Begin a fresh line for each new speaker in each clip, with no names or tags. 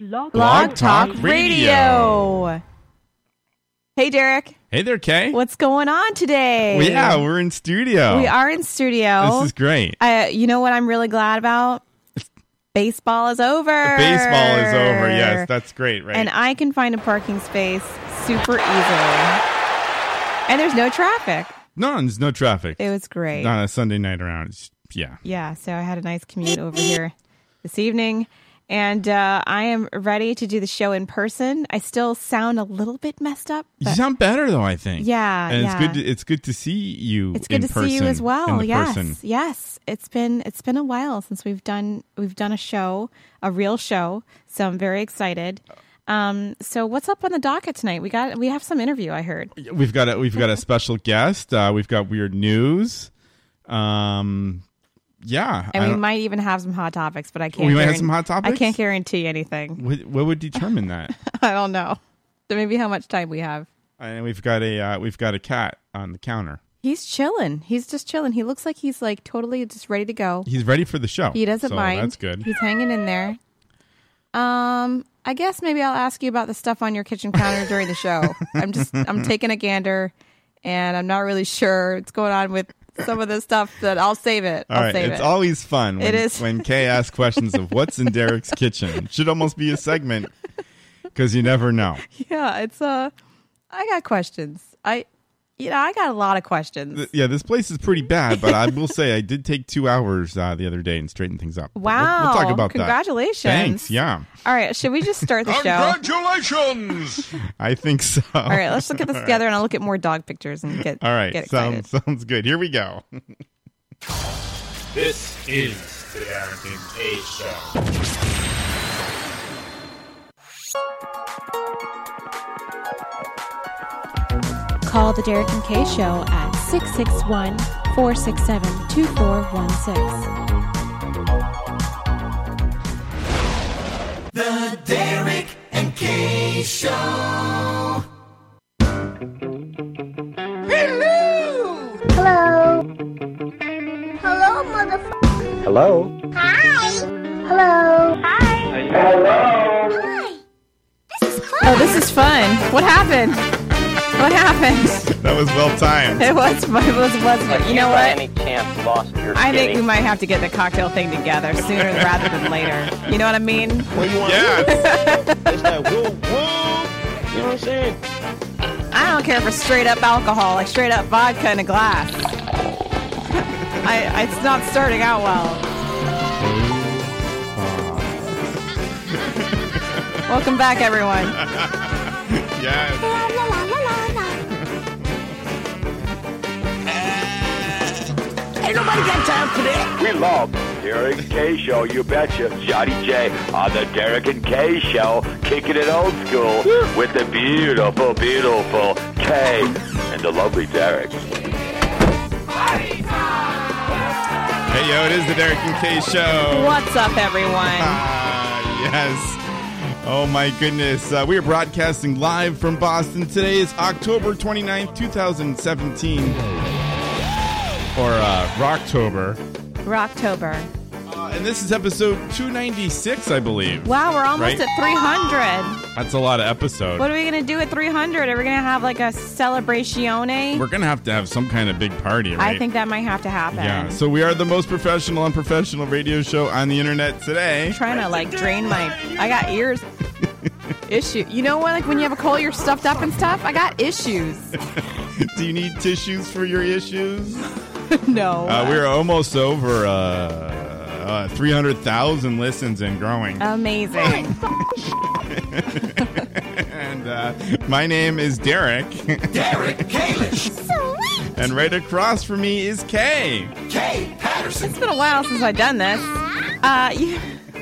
Blog,
Blog Talk
Talk
Radio. Hey, Derek.
Hey there, Kay.
What's going on today?
Well, yeah, we're in studio.
we are in studio.
This is great.
I, you know what I'm really glad about? Baseball is over.
Baseball is over. Yes, that's great, right?
and I can find a parking space super easily. And there's no traffic.
no, there's no traffic
It was great.
on a Sunday night around. It's- Yeah.
Yeah, so I had a nice commute over here this evening. And uh, I am ready to do the show in person. I still sound a little bit messed up.
You
but-
sound better though, I think.
Yeah,
and
yeah.
it's good. To, it's good to see you.
It's good to
in
see you
person,
as well.
in
Yes,
person.
yes. It's been it's been a while since we've done we've done a show, a real show. So I'm very excited. Um, so what's up on the docket tonight? We got we have some interview. I heard.
We've got a we've got a special guest. Uh, we've got weird news. Um, yeah. I
And we
don't-
might even have some hot topics, but I can't.
might have
guaran-
some hot
I
topics?
can't guarantee anything.
what, what would determine that?
I don't know. So maybe how much time we have.
and we've got a uh, we've got a cat on the counter.
He's chilling. He's just chilling. He looks like he's like totally just ready to go.
He's ready for the show.
He doesn't
so
mind.
That's good.
He's hanging in there. Um, I guess maybe I'll ask you about the stuff on your kitchen counter during the show. I'm just I'm taking a gander, and I'm not really sure what's going on with some of the stuff. That I'll save it.
All
I'll
right,
save
it's
it.
always fun. When,
It is.
when Kay asks questions of what's in Derek's kitchen. Should almost be a segment because you never know.
yeah, it's uh, I got questions. I, you know, I got a lot of questions.
Th- Yeah, this place is pretty bad, but I will say I did take two hours uh, the other day and straighten things up. But we'll-
wow!
we'll, talk about
Congratulations!
that. Thanks. Yeah,
All right, should we just start the show?
Congratulations!
I think so.
All right, let's look at this together, and I'll look at more dog pictures and get
All right,
Get excited.
sounds sounds good. Here we go.
this is the Derek and Kay Show.
Call the Derek and Kay Show at 661 467 2416.
Hello. Hello. Hello, motherfucker. Hello. Hi. Hello. Hi. Hello. Hi. This is fun.
Oh, this is fun. What happened? What happened?
That was well timed.
It was fun. It was, was fun. You know
by
what?
any chance lost your
I think
kitty?
we might have to get the cocktail thing together sooner rather than later. You know what I mean?
Well, you want
Yes.
it's like, woo, woo. You know what I'm saying?
I don't care for straight up alcohol, like straight up vodka in a glass. I, it's not starting out well. Welcome back, everyone.
yes.
La, la, la, la, la, la.
We love Derek and Kay Show, you betcha. Johnny J on the Derek and Kay Show, kicking it old school with the beautiful, beautiful Kay and the lovely Derek.
Hey yo, it is the Derek and Kay Show.
What's up, everyone?
Ah, yes. Oh my goodness. Uh, we are broadcasting live from Boston. Today is October 29th, 2017. Or uh, Rocktober.
Rocktober.
Uh, and this is episode 296, I believe.
Wow, we're almost
Right.
at 300.
That's a lot of episodes.
What are we gonna do at 300? Are we gonna have like a celebratione?
We're going to have to have some kind of big party, right?
I think that might have to happen.
Yeah. So we are the most professional and professional radio show on the internet today.
I'm trying to like drain my. I got ears. Issue. You know what? Like when you have a cold, you're stuffed up and stuff. I got issues.
Do you need tissues for your issues?
no.
Uh, we're almost over uh, uh, 300,000 listens and growing.
Uh. amazing.
And uh, my name is Derek.
Sweet.
and right across from me is Kay.
it's been a while since I've done this. Uh, you,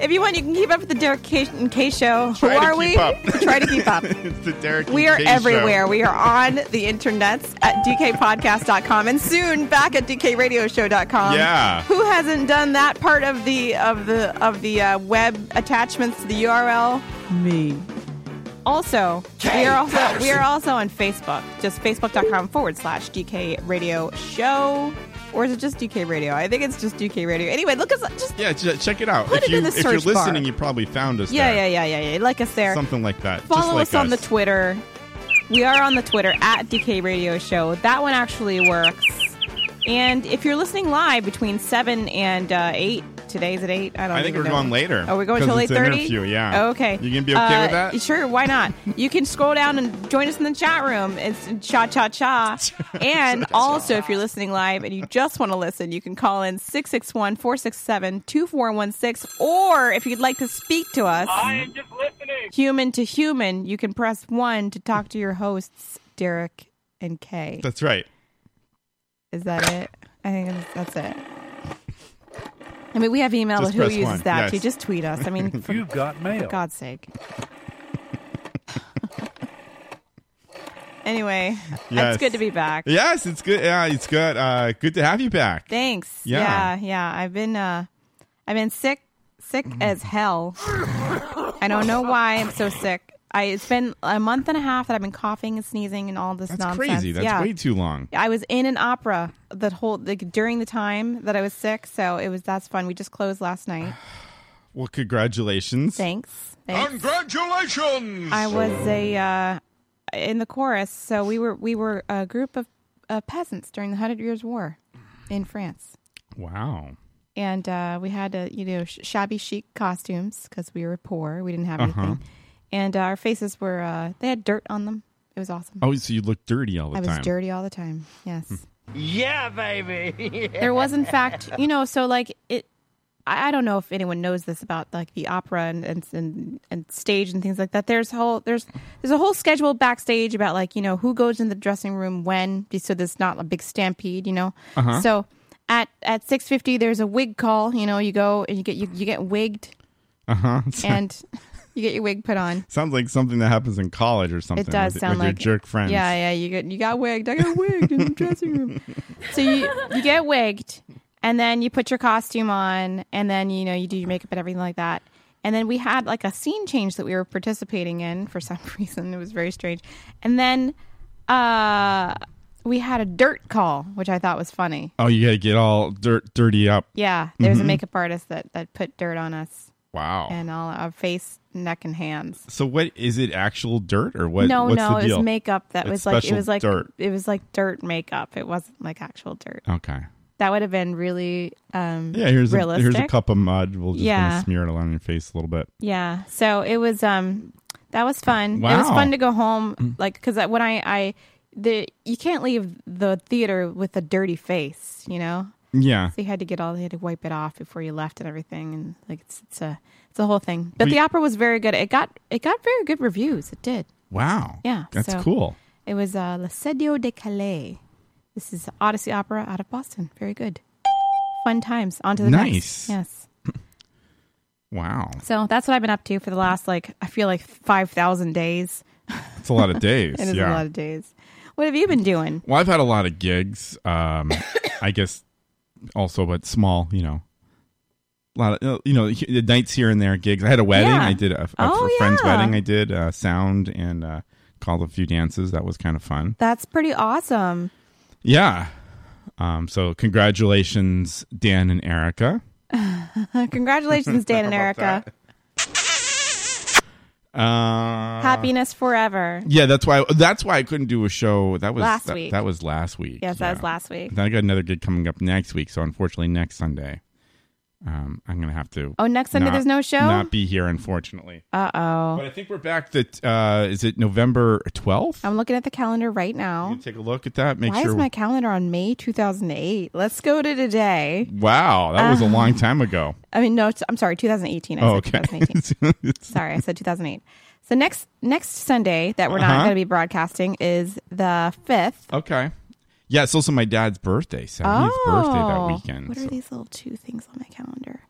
if you want, you can keep up with the Derek K- and K show. Who
Try to
are
keep
we?
up.
Try to keep up.
It's the Derek.
We
and
are
Kay
everywhere.
Show.
We are on the internets at dkpodcast.com and soon back at dkradioshow.com.
Yeah.
Who hasn't done that part of the of the of the uh, web attachments to the URL? Me. Also, we are also we are also on Facebook. Just facebook.com forward slash dkradioshow. or is it just UK Radio? I think it's just UK Radio. Anyway, look us just
Yeah, ch- check it out.
Put
if
it
you
in the
if you're
search bar.
listening, you probably found us.
yeah,
there.
yeah, yeah, yeah, yeah. Like us there.
Something like that. Just
Follow
like
us on the Twitter. We are on the Twitter at DK Radio Show. That one actually works. And if you're listening live between seven and uh, eight, today's at eight. I don't.
I think
even
we're
know.
going later.
Oh, we're going
'cause
till eight
it's an
thirty.
interview, yeah.
Okay.
You gonna be okay with
Uh,
that?
Sure. Why not? you can scroll down and join us in the chat room. It's cha cha cha. And also, if you're listening live and you just want to listen, you can call in 661-467-2416. Or if you'd like to speak to us,
am just listening.
human to human, you can press one to talk to your hosts, Derek and Kay.
That's right.
Is that it? I think that's, that's it. I mean, we have email,
Just
but who
press
uses
one,
that?
yes.
To just tweet us. I mean, for
You've got mail.
God's sake. anyway,
Yes.
it's good to be back.
Yes, it's good. Yeah, it's good. Uh, good to have you back.
Thanks.
Yeah.
Yeah. yeah, I've been uh I've been sick sick
Mm-hmm.
as hell. I don't know why I'm so sick. I it's been a month and a half that I've been coughing and sneezing and all this
That's
nonsense.
crazy. That's
yeah.
way too long.
I was in an opera that whole like during the time that I was sick, so it was that's fun. We just closed last night.
Well, congratulations.
Thanks. Thanks.
Congratulations.
I was a uh, in the chorus, so we were we were a group of uh, peasants during the Hundred Years' War in France,
Wow.
and uh, we had uh, you know sh- shabby chic costumes because we were poor, we didn't have anything, and uh, our faces were uh, they had dirt on them. It was awesome.
Oh, so you look dirty all the
I was
time.
dirty all the time. Yes.
Yeah, baby.
there was in fact you know so like it I, I don't know if anyone knows this about like the opera and, and and and stage and things like that there's whole there's there's a whole schedule backstage about like you know who goes in the dressing room when so there's not a big stampede you know so at at 6.50 there's a wig call you know you go and you get you, you get wigged
Uh huh.
and you get your wig put on
Sounds like something that happens in college or something.
it does
with,
sound
with
like
your jerk friends.
Yeah, yeah. You get you got wigged. I got wigged in the dressing room. So you you get wigged, and then you put your costume on, and then you know you do your makeup and everything like that. And then we had like a scene change that we were participating in for some reason. It was very strange. And then uh, we had a dirt call, which I thought was funny.
Oh, you gotta get all dirt dirty up.
Yeah, there
Mm-hmm.
was a makeup artist that that put dirt on us
Wow.
and all our face, neck, and hands.
so what is it? Actual dirt or what?
no,
what's
no,
the
it
deal?
was makeup that
It's
was like it
special
was like
dirt.
it was like dirt makeup. It wasn't like actual dirt.
okay.
That would have been really um
Yeah. Here's a,
realistic.
here's a cup of mud. We'll just gonna
Yeah.
smear it along your face a little bit.
Yeah. So it was um that was fun. It was
Wow. Mm.
fun to go home like cuz when I I the you can't leave the theater with a dirty face, you know?
Yeah.
So you had to get all you had to wipe it off before you left and everything and like it's it's a it's a whole thing. But
We-
the opera was very good. It got it got very good reviews. It did.
Wow.
Yeah,
That's
so-
cool.
It was uh, Le Sedio de Calais. This is Odyssey Opera out of Boston. Very good. Fun times. On to the
Nice.
next. Yes.
Wow.
So that's what I've been up to for the last, like, I feel like 5,000 days.
That's a lot of days.
It is
yeah.
a lot of days. What have you been doing?
Well, I've had a lot of gigs. Um, I guess also, but small. You know, a lot of uh, you know he- nights here and there gigs. I had a wedding.
Yeah.
I did a, a,
Oh,
a friend's
yeah.
wedding. I did uh, sound and uh, called a few dances. That was kind of fun.
That's pretty awesome.
Yeah. Um, so congratulations, Dan and Erica.
Uh, Congratulations, Dan and Erica.
Uh,
Happiness forever.
Yeah, that's why. That's why I couldn't do a show. That was
Last
that,
week.
That was last week.
Yes,
yeah.
that was last week.
Then I got another gig coming up next week. So unfortunately, next Sunday, um, I'm gonna have to.
Oh, next Sunday
not-
there's no show?
Not be here, unfortunately.
Uh oh.
But I think we're back. That uh, is it. November 12th.
I'm looking at the calendar right now.
gonna take a look at that. Make
Why
sure.
is my calendar on May 2008? Let's go to today.
wow, that was a long time ago.
I mean, no, Ah. it's- I'm sorry, 2018. I
Oh,
said
okay.
2018. Sorry, I said 2008. So next next Sunday that we're not
Uh-huh.
going to be broadcasting is the fifth.
okay. Yeah, it's also my dad's birthday. Seventieth birthday that weekend.
Oh, What are
so-
these little two things on my calendar?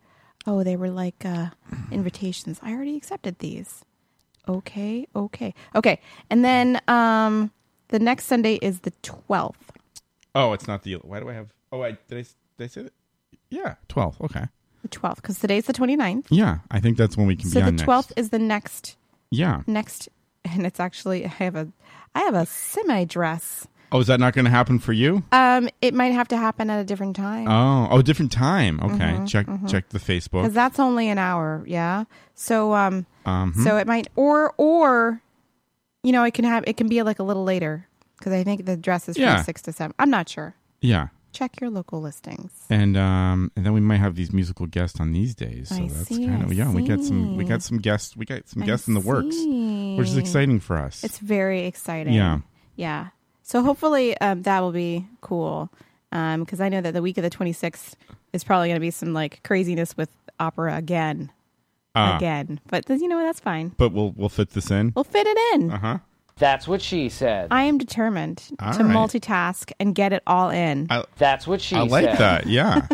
Oh, they were like uh, invitations. I already accepted these. Okay, okay, okay. And then um, the next Sunday is the twelfth.
Oh, it's not the. Why do I have? Oh, I did I did I say that? Yeah, 12th. Okay.
The twelfth, because today's the 29th.
Yeah, I think that's when we can
So
be
the
on
twelfth
Next.
is the next
Yeah.
next, and it's actually I have a I have a semi dress
Oh, is that not going to happen for you?
Um, it might have to happen at a different time.
Oh, oh, different time. Okay,
Mm-hmm,
check check the
because
Facebook.
that's only an hour yeah so um
Mhm.
so it might or or you know it can have it can be like a little later because i think the dress is from
Yeah.
six to seven i'm not sure
yeah,
check your local listings
and um, and then we might have these musical guests on these days. So
I
that's
see,
kind of
I
yeah. We got some we
see.
got some guests. We got some
I
guests in the works, which is
see.
exciting for us.
it's very exciting
Yeah.
yeah so hopefully um that will be cool um because i know that the week of the 26th is probably going to be some like craziness with opera again
Ah,
again but th- you know what? that's fine
but we'll we'll fit this in.
we'll fit it in
Uh huh.
That's what she said.
i am determined
All
to
right.
multitask and get it all in
That's what she
I
said.
like that. Yeah,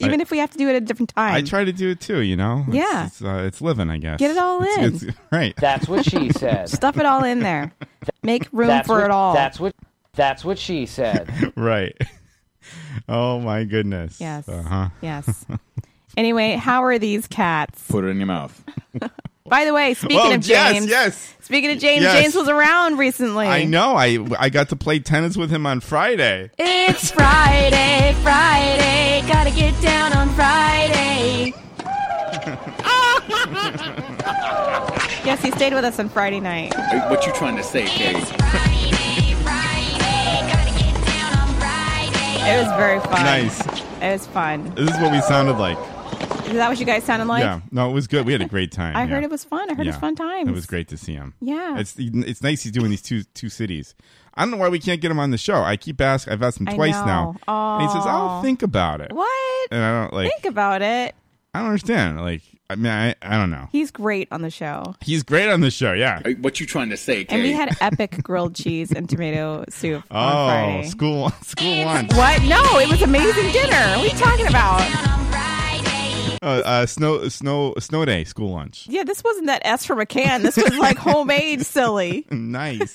even if we have to do it at a different time.
I try to do it too. You know. It's-
Yeah.
it's, uh, it's living. I guess
Get it all
It's-
in.
it's- right.
That's what she said.
Stuff it all in there. Make room
That's
for
what,
it all.
That's what. That's what she said.
right. oh my goodness.
yes.
Uh huh.
Yes. Anyway, how are these cats?
Put it in your mouth.
By the way, speaking
Oh,
of
yes,
James,
yes.
speaking of James,
Yes.
James was around recently.
I know. I I got to play tennis with him on Friday.
It's Friday, Friday, gotta get down on Friday.
Yes, he stayed with us on Friday night.
Hey, What you trying to say, Katie?
It was very fun.
Nice.
It was fun.
This is what we sounded like.
Is that what you guys sounded like?
yeah. No, it was good. We had a great time.
I
yeah.
heard it was fun. I heard it was
Yeah.
fun times.
It was great to see him.
Yeah.
It's it's nice he's doing these two two cities. I don't know why we can't get him on the show. I keep asking. I've asked him
I
twice now.
know.
And he says, "I'll
Aw.
think about it."
What?
And I don't like.
Think about it.
I don't understand. Like, I mean, I, I don't know.
He's great on the show.
He's great on the show. Yeah.
Hey, What you trying to say, Katie?
And we had epic grilled cheese and tomato soup on
Oh,
Friday.
school school lunch.
What? No, it was amazing dinner. What are you talking about?
Uh, uh, snow snow snow day school lunch.
Yeah, this wasn't that S from a can. This was like homemade silly.
Nice.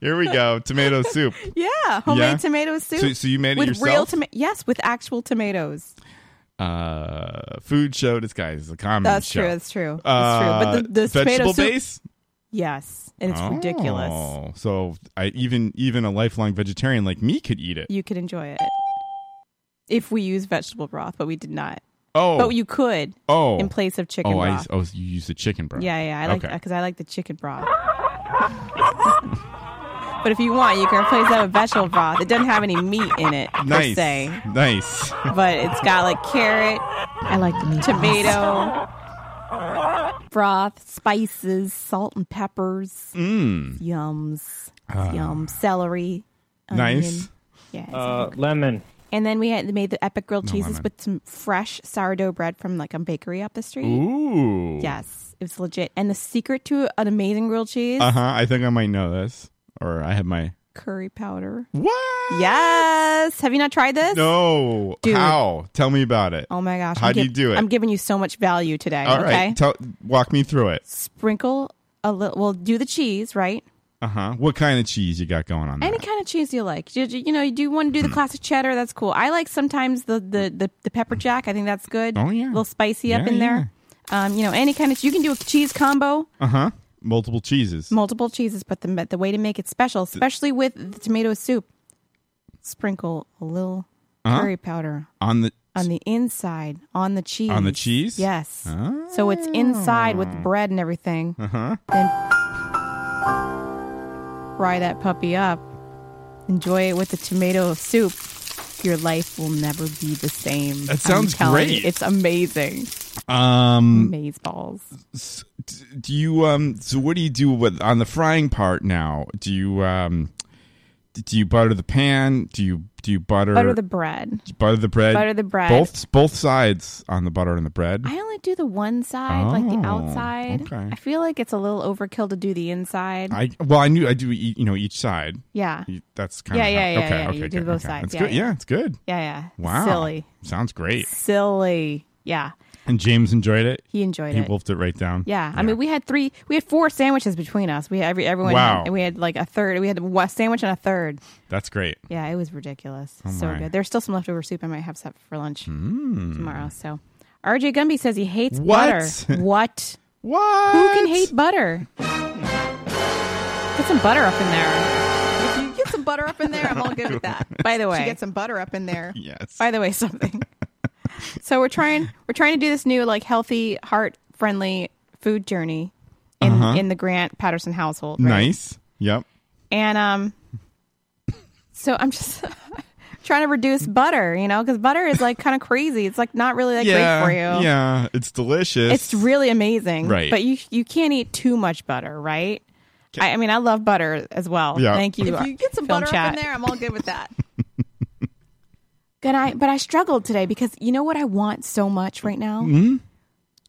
Here we go. Tomato soup.
Yeah, homemade
Yeah?
tomato soup.
So- so you made it
with real
yourself? Mm,
tomato? Yes, with actual tomatoes.
Uh, food show disguise. A comedy
That's
show.
true. That's true. That's
Uh,
true. But the, the tomato
vegetable
soup.
base.
Yes, and it's ridiculous.
Oh, so I even even a lifelong vegetarian like me could eat it.
You could enjoy it if we use vegetable broth, but we did not.
Oh,
But you could
oh,
in place of chicken
oh, I
broth.
s- oh, so you use the chicken broth.
Yeah, yeah, I like
Okay.
because I like the chicken broth. but if you want, you can replace that with vegetable broth. It doesn't have any meat in it per
Nice,
se,
nice.
but it's got like carrot,
I like the meat.
tomato, broth, spices, salt and peppers,
Mm,
yums, yum, celery, onion.
Ah. nice.
Yeah, it's
Uh,
good.
lemon.
and then we had made the epic grilled
No
cheeses
lemon.
with some fresh sourdough bread from like a bakery up the street.
Ooh.
Yes, it's legit. And the secret to an amazing grilled cheese.
Uh huh. I think I might know this, or I have my
curry powder.
what?
Yes. Have you not tried this?
No.
Dude.
How? Tell me about it.
Oh my gosh.
How
I'm
do you do it?
I'm giving you so much value today.
All
okay.
right. Tell, walk me through it.
Sprinkle a little. Well, do the cheese, right?
Uh huh. What kind of cheese you got going on there?
Any kind of cheese you like. You, you know, you do want to
Hmm.
do the classic cheddar. That's cool. I like sometimes the the the, the pepper jack. I think that's good.
Oh,
A
yeah.
little spicy up
Yeah,
in there. Um, you know, any kind of. You can do a cheese combo,
Uh huh. Multiple cheeses.
multiple cheeses, but the the way to make it special, especially with the tomato soup, sprinkle a little
Uh-huh.
curry powder
on the
on the inside on the cheese
On the cheese? Ah.
yes so it's inside with the bread and everything uh-huh then fry that puppy up enjoy it with the tomato soup your life will never be the same
That sounds
I'm telling you,
great.
it's amazing
um.
maze balls
S- d- do you um so what do you do with on the frying part now do you um d- do you butter the pan do you do you butter
butter the bread
butter the bread
butter the bread.
both both sides on the butter and the bread
I only do the one side, like the
Oh,
outside.
okay.
I feel like it's a little overkill to do the inside.
I well I knew I do eat, you know each side
yeah.
You- that's kind
Yeah,
of
yeah, yeah,
okay
yeah,
okay
you do
good,
both
okay.
sides,
That's
yeah,
good
yeah.
yeah it's good
Yeah, yeah.
wow
Silly.
sounds great
Silly. Yeah.
and James enjoyed it
He enjoyed
he
it.
wolfed it right down
Yeah, I mean, we had three, we had four sandwiches between us. We had every everyone.
Wow.
Had, we had like a third. We had a sandwich and a third.
that's great
Yeah, it was ridiculous. so
Oh, my. Hmm.
good. There's still some leftover soup I might have set for lunch tomorrow. So, RJ Gumby says he hates
What?
butter. What?
what
Who can hate butter? Get some butter up in there. Get some some butter up in there, I'm all good with that.
By the
She
way,
gets some butter up in there.
Yes.
By the way, something. so we're trying we're trying to do this new like healthy, heart friendly food journey in in the Grant Patterson household. right?
Uh-huh. Nice. Yep.
And um, so I'm just trying to reduce butter, you know, because butter is like kind of crazy. It's like not really like
yeah.
great for you.
Yeah. It's delicious.
It's really amazing.
Right.
But you you can't eat too much butter, right? I, I mean, I love butter as well.
Yeah.
Thank you.
If you get some
film
butter up
chat.
in
there, I'm all good with that.
Good I but I struggled today because you know what I want so much right now?
Mm-hmm.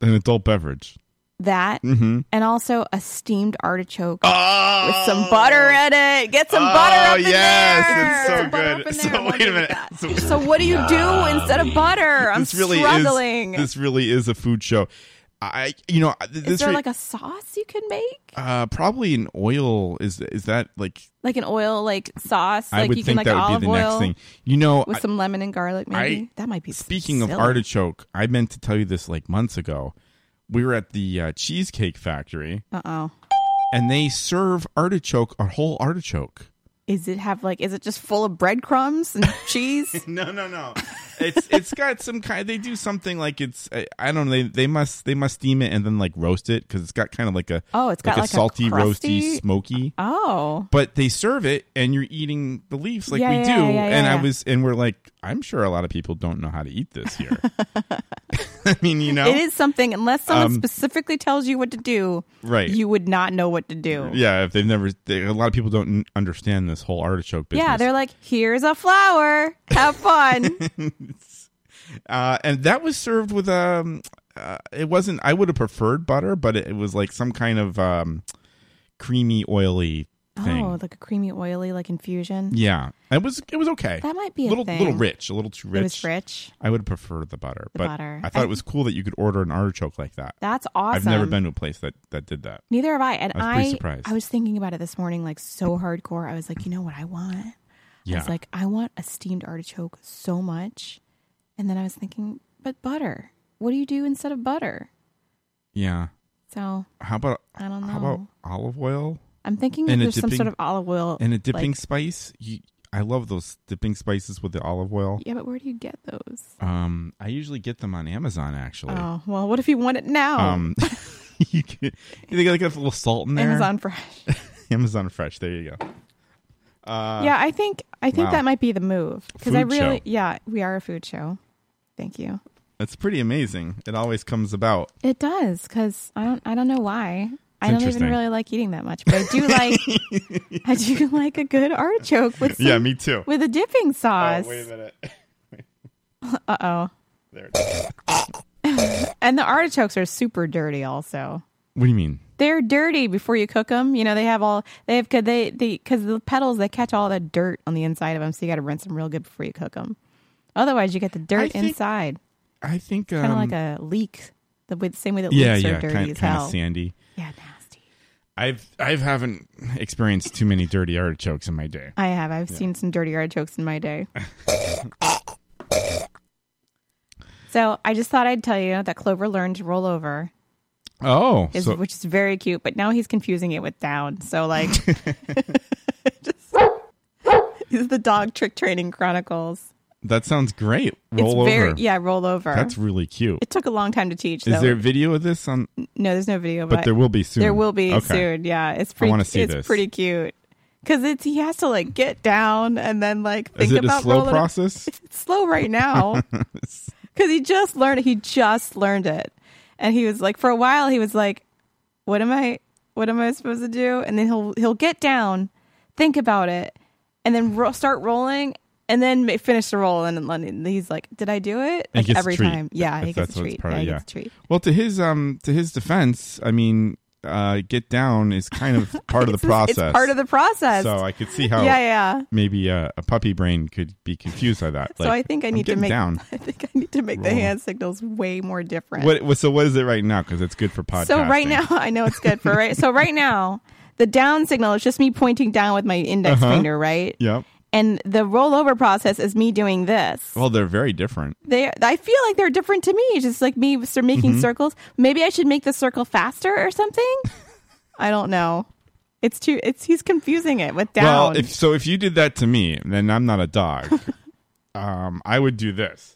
An adult beverage.
That
Mm-hmm.
and also a steamed artichoke with some butter in it. Get some butter
Oh,
up in there.
yes. It's so
Get some butter
good.
up in
So
there. I'm all
wait
good
a minute.
with that.
So-
So, what do you do instead of butter? I'm
this really
struggling.
is. This really is a food show. I. You know. th- This
is there
re-
like a sauce you could make?
uh, probably an oil. Is is that like?
Like an oil like sauce?
I
like
would
you
think
can like
that would
olive
be the next
oil
thing. You know.
with
I-
some lemon and garlic maybe?
I-
that might be
Speaking of
silly.
artichoke, I meant to tell you this like months ago. We were at the uh, cheesecake factory,
Uh-oh.
and they serve artichoke, a whole artichoke.
Is it have like is it just full of breadcrumbs and cheese?
No, no, no. It's it's got some kind. They do something like it's. I, I don't know. They they must they must steam it and then like roast it because it's got kind of like a
Oh, it's got
a
like a
salty, roasty,
crusty-
smoky.
Oh.
But they serve it and you're eating the leaves like
Yeah,
we
yeah,
do.
yeah, yeah,
and I
yeah.
was and we're like, I'm sure a lot of people don't know how to eat this here. I mean, you know,
It is something unless someone
Um,
specifically tells you what to do,
right?
you would not know what to do.
yeah, if they've never, they, a lot of people don't n- understand this whole artichoke business.
Yeah, they're like, here's a flower. Have fun.
uh, and that was served with um uh, it wasn't i would have preferred butter but it, it was like some kind of um creamy oily thing
oh, like a creamy, oily, like infusion.
yeah it was it was okay
That might be a
little
thing.
little rich a little too rich
It was rich.
i would have preferred the butter but
butter.
i thought
I-
it was cool that you could order an artichoke like that
That's awesome.
i've never been to a place that that did that
Neither have I. And
I was pretty
I,
surprised.
I was thinking about it this morning, like so hardcore. I was like, you know what I want?
yeah
I was like, I want a steamed artichoke so much. And then I was thinking, but butter. What do you do instead of butter?
yeah
So
how about
I don't know.
how about olive oil
I'm thinking
and
that
a
there's some
dipping-
sort of olive oil
and a dipping
like-
spice you, i love those dipping spices with the olive oil
yeah, but where do you get those?
um i usually get them on amazon actually
Oh well, what if you want it now?
Um, you can, you think like a little salt in there?
Amazon Fresh.
Amazon Fresh. There you go. Uh,
yeah, I think I think
wow.
that might be the move because I
Food
really
show.
yeah we are a food show. Thank you.
That's pretty amazing. It always comes about.
It does because I don't I don't know why. I don't even
interesting.
really like eating that much, but I do like I do like a good artichoke with some,
yeah, me Oh, too.
with a dipping sauce.
minute.
Uh oh.
There it is.
And the artichokes are super dirty also.
What do you mean?
They're dirty before you cook them. You know, they have all they have cuz they they cuz the petals they catch all the dirt on the inside of them, so you got to rinse them real good before you cook them. Otherwise, you get the dirt
think-
inside.
I think
Kind of
um,
like a leek. The way, the same way that
yeah,
leeks
yeah,
are dirty
kind,
as
kind
hell.
of sandy.
yeah, nasty.
I've I've haven't experienced too many dirty artichokes in my day.
I have. I've seen some dirty artichokes in my day. so I just thought I'd tell you that Clover learned to roll over,
Oh,
is,
so,
which is very cute. But now he's confusing it with down. So like, just, this is the dog trick training chronicles.
that sounds great. Roll
it's
over.
very yeah, roll over.
That's really cute.
it took a long time to teach.
Is
though.
there a video of this on?
No, there's no video,
But there will be soon.
There will be
Okay.
soon. Yeah, it's pretty.
wanna see
it's
this.
pretty cute because it's he has to like get down and then like think
Is it
about
a slow
rolling.
process?
It's slow right now because he just learned. He just learned it, and he was like, for a while, he was like, "What am I? What am I supposed to do?" And then he'll he'll get down, think about it, and then ro- start rolling. And then ma- finish the roll, and then he's like, "Did I do it?" Like
And he gets a
every
treat.
time, yeah, he
That's-
gets
that's
a
what it's
treat.
part of,
yeah, he
yeah.
gets a treat.
Well, to his um to his defense, I mean, uh, get down is kind of part of
It's just-
the process.
It's part of the process.
So oh. I could see how
yeah, yeah.
maybe uh, a puppy brain could be confused by that.
So
Like,
I think I
I'm
need to
getting
make.
down.
I think I need to make the
Roll.
hand signals way more different.
What what- so what is it right now? Because it's good for podcasting.
so right now, I know it's good for right. So right now, the down signal is just me pointing down with my index
Uh-huh.
finger, right?
Yep.
And the rollover process is me doing this.
Well, they're very different.
They, I feel like they're different to me. It's just like me sort of
Mm-hmm.
making circles. Maybe I should make the circle faster or something. I don't know. It's too. It's he's confusing it with down.
Well, if so, if you did that to me, then I'm not a dog. um, I would do this.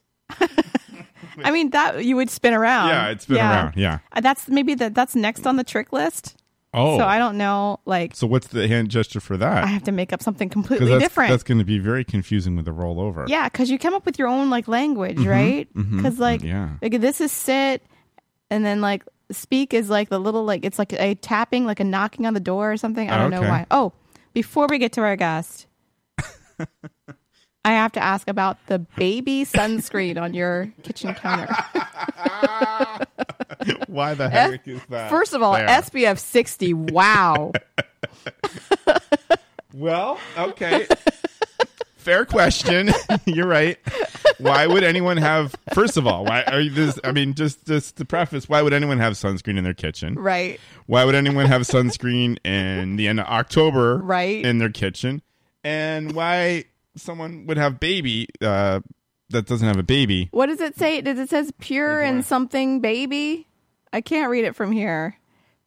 I mean that you would spin around.
yeah, it's been around. Yeah.
Uh, That's maybe that. That's next on the trick list.
Oh,
So I don't know. Like
So what's the hand gesture for
I
that?
have to make up something
Because
completely
that's,
different.
that's going to be very confusing with the rollover.
Yeah, because you come up with your own like language, right? Because like,
Mm-hmm. yeah.
like this is sit, and then like speak is like the little like it's like a tapping, like a knocking on the door or something. I don't
Okay.
know why. Oh, before we get to our guest, I have to ask about the baby sunscreen on your kitchen counter.
Why the heck is that?
First of all,
there?
SPF sixty. Wow.
Well, okay. Fair question. You're right. Why would anyone have? First of all, why are you this? I mean, just just to preface, why would anyone have sunscreen in their kitchen?
right.
Why would anyone have sunscreen in the end of October?
Right.
in their kitchen, and why someone would have baby uh, that doesn't have a baby?
What does it say? Does it says pure and something baby? I can't read it from here.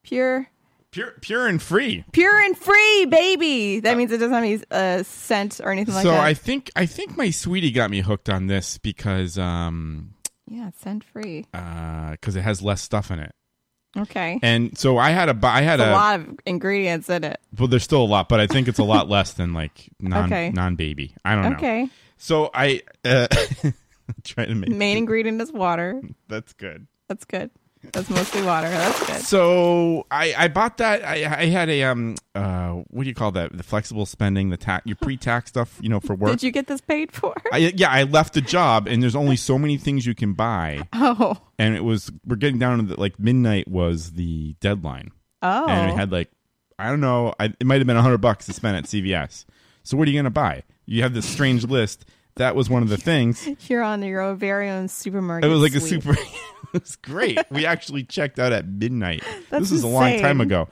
Pure.
Pure, pure and free.
pure and free, baby. That means it doesn't have any uh, scent or anything like
so
that.
I think I think my sweetie got me hooked on this because um
yeah, it's scent free.
uh 'cause it has less stuff in it.
Okay,
And uh, so I had a bu- I had
a lot of ingredients in it.
well, there's still a lot, but I think it's a lot less than like non
Okay.
non baby. I don't know.
Okay,
So I uh, try to make
main ingredient is water.
that's good.
That's good. That's mostly water. That's good.
So I I bought that. I I had a um uh what do you call that? The flexible spending, the tax, your pre tax stuff, you know, for work.
Did you get this paid for?
I, yeah, I left the job, and there's only so many things you can buy,
oh,
and it was we're getting down to the, like midnight was the deadline.
oh,
and it had like I don't know, I, it might have been a hundred bucks to spend at CVS. So what are you gonna buy? You have this strange list. That was one of the things. It
Oh. you're on your own very own supermarket.
was like a
sweep.
super. it was great. We actually checked out at midnight.
That's
this is a long
insane.
time ago.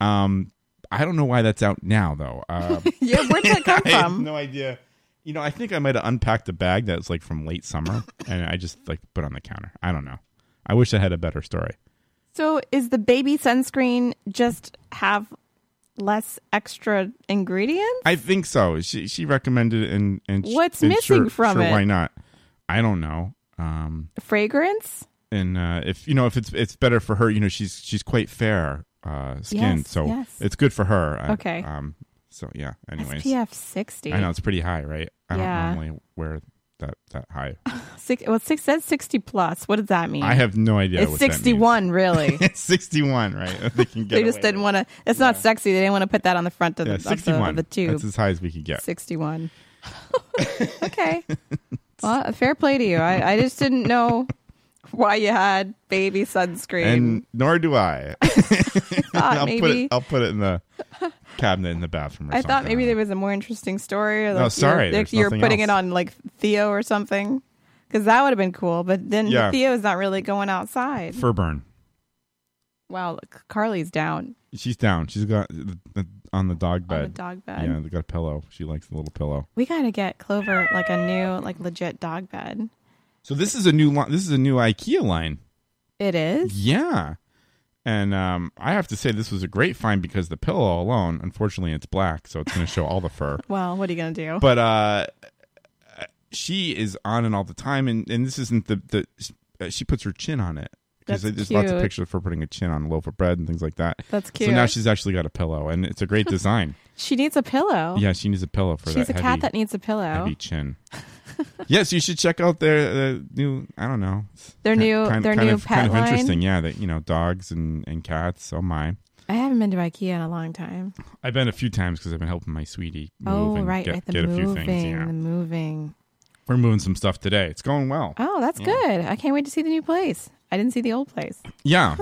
Um, I don't know why that's out now though. Uh,
yeah, where did that come
I have
from?
no idea. You know, I think I might have unpacked a bag that's like from late summer, and I just like put on the counter. I don't know. I wish I had a better story.
So, is the baby sunscreen just have less extra ingredients?
I think so. She she recommended it, and and sh-
What's
and
missing
sure-
from
sure,
it?
Why not? I don't know. Um,
Fragrance?
and uh, if you know if it's it's better for her, you know she's she's quite fair uh, skinned,
Yes,
so
yes.
it's good for her. I-
Okay.
um. So yeah. Anyways,
SPF sixty.
I know it's pretty high, right? I
Yeah.
don't normally wear that that high.
Six, well, six says sixty plus. What does that mean?
I have no idea.
it's
what that means.
sixty-one, really.
It's sixty-one, right? They can get.
they just
away
didn't
with
want to. It's not sexy. They didn't want to put that on the front of the,
it. Yeah,
of the-
sixty-one.
of the tube.
That's as high as we could get.
Sixty-one. okay. Well, fair play to you. I, I just didn't know why you had baby sunscreen.
And nor do I.
thought
I'll
maybe
put it. I'll put it in the cabinet in the bathroom. Or
I thought
something.
maybe there was a more interesting story. Or like
No, sorry,
You're,
there's
like you're
nothing
putting it
else.
on like Theo or something. Because that would have been cool, but then
Yeah.
Theo's not really going outside.
Furburn.
wow, look, Carly's down
She's down. She's got the, the, on the dog bed.
on the dog bed.
Yeah, they got a pillow. She likes the little pillow.
We gotta get Clover like a new, like legit dog bed.
So this is a new line. This is a new IKEA line.
It is.
Yeah, and um, I have to say this was a great find because the pillow alone, unfortunately, it's black, so it's going to show all the fur.
Well, what are you gonna do?
But uh, she is on it all the time, and, and this isn't the the uh, she puts her chin on it because
That's
there's lots of
cute.
pictures for putting a chin on a loaf of bread and things like that.
That's
So now
cute.
she's actually got a pillow, and it's a great design.
she needs a pillow.
yeah, she needs a pillow for
Oh. She's
that.
a cat
heavy,
that needs a pillow.
heavy chin. yes, you should check out their, their new. I don't know. It's
Their
ki-
new-
kind,
their
kind
new
of,
pet
kind of
line.
interesting. Yeah, that you know, dogs and and cats. Oh my!
I haven't been to IKEA in a long time.
I've been a few times because I've been helping my sweetie move
oh,
and
right,
get,
right. The
get a
moving,
few things. Yeah,
the moving.
we're moving some stuff today. It's going well.
Oh, that's good. I can't wait to see the new place. I didn't see the old place.
Yeah.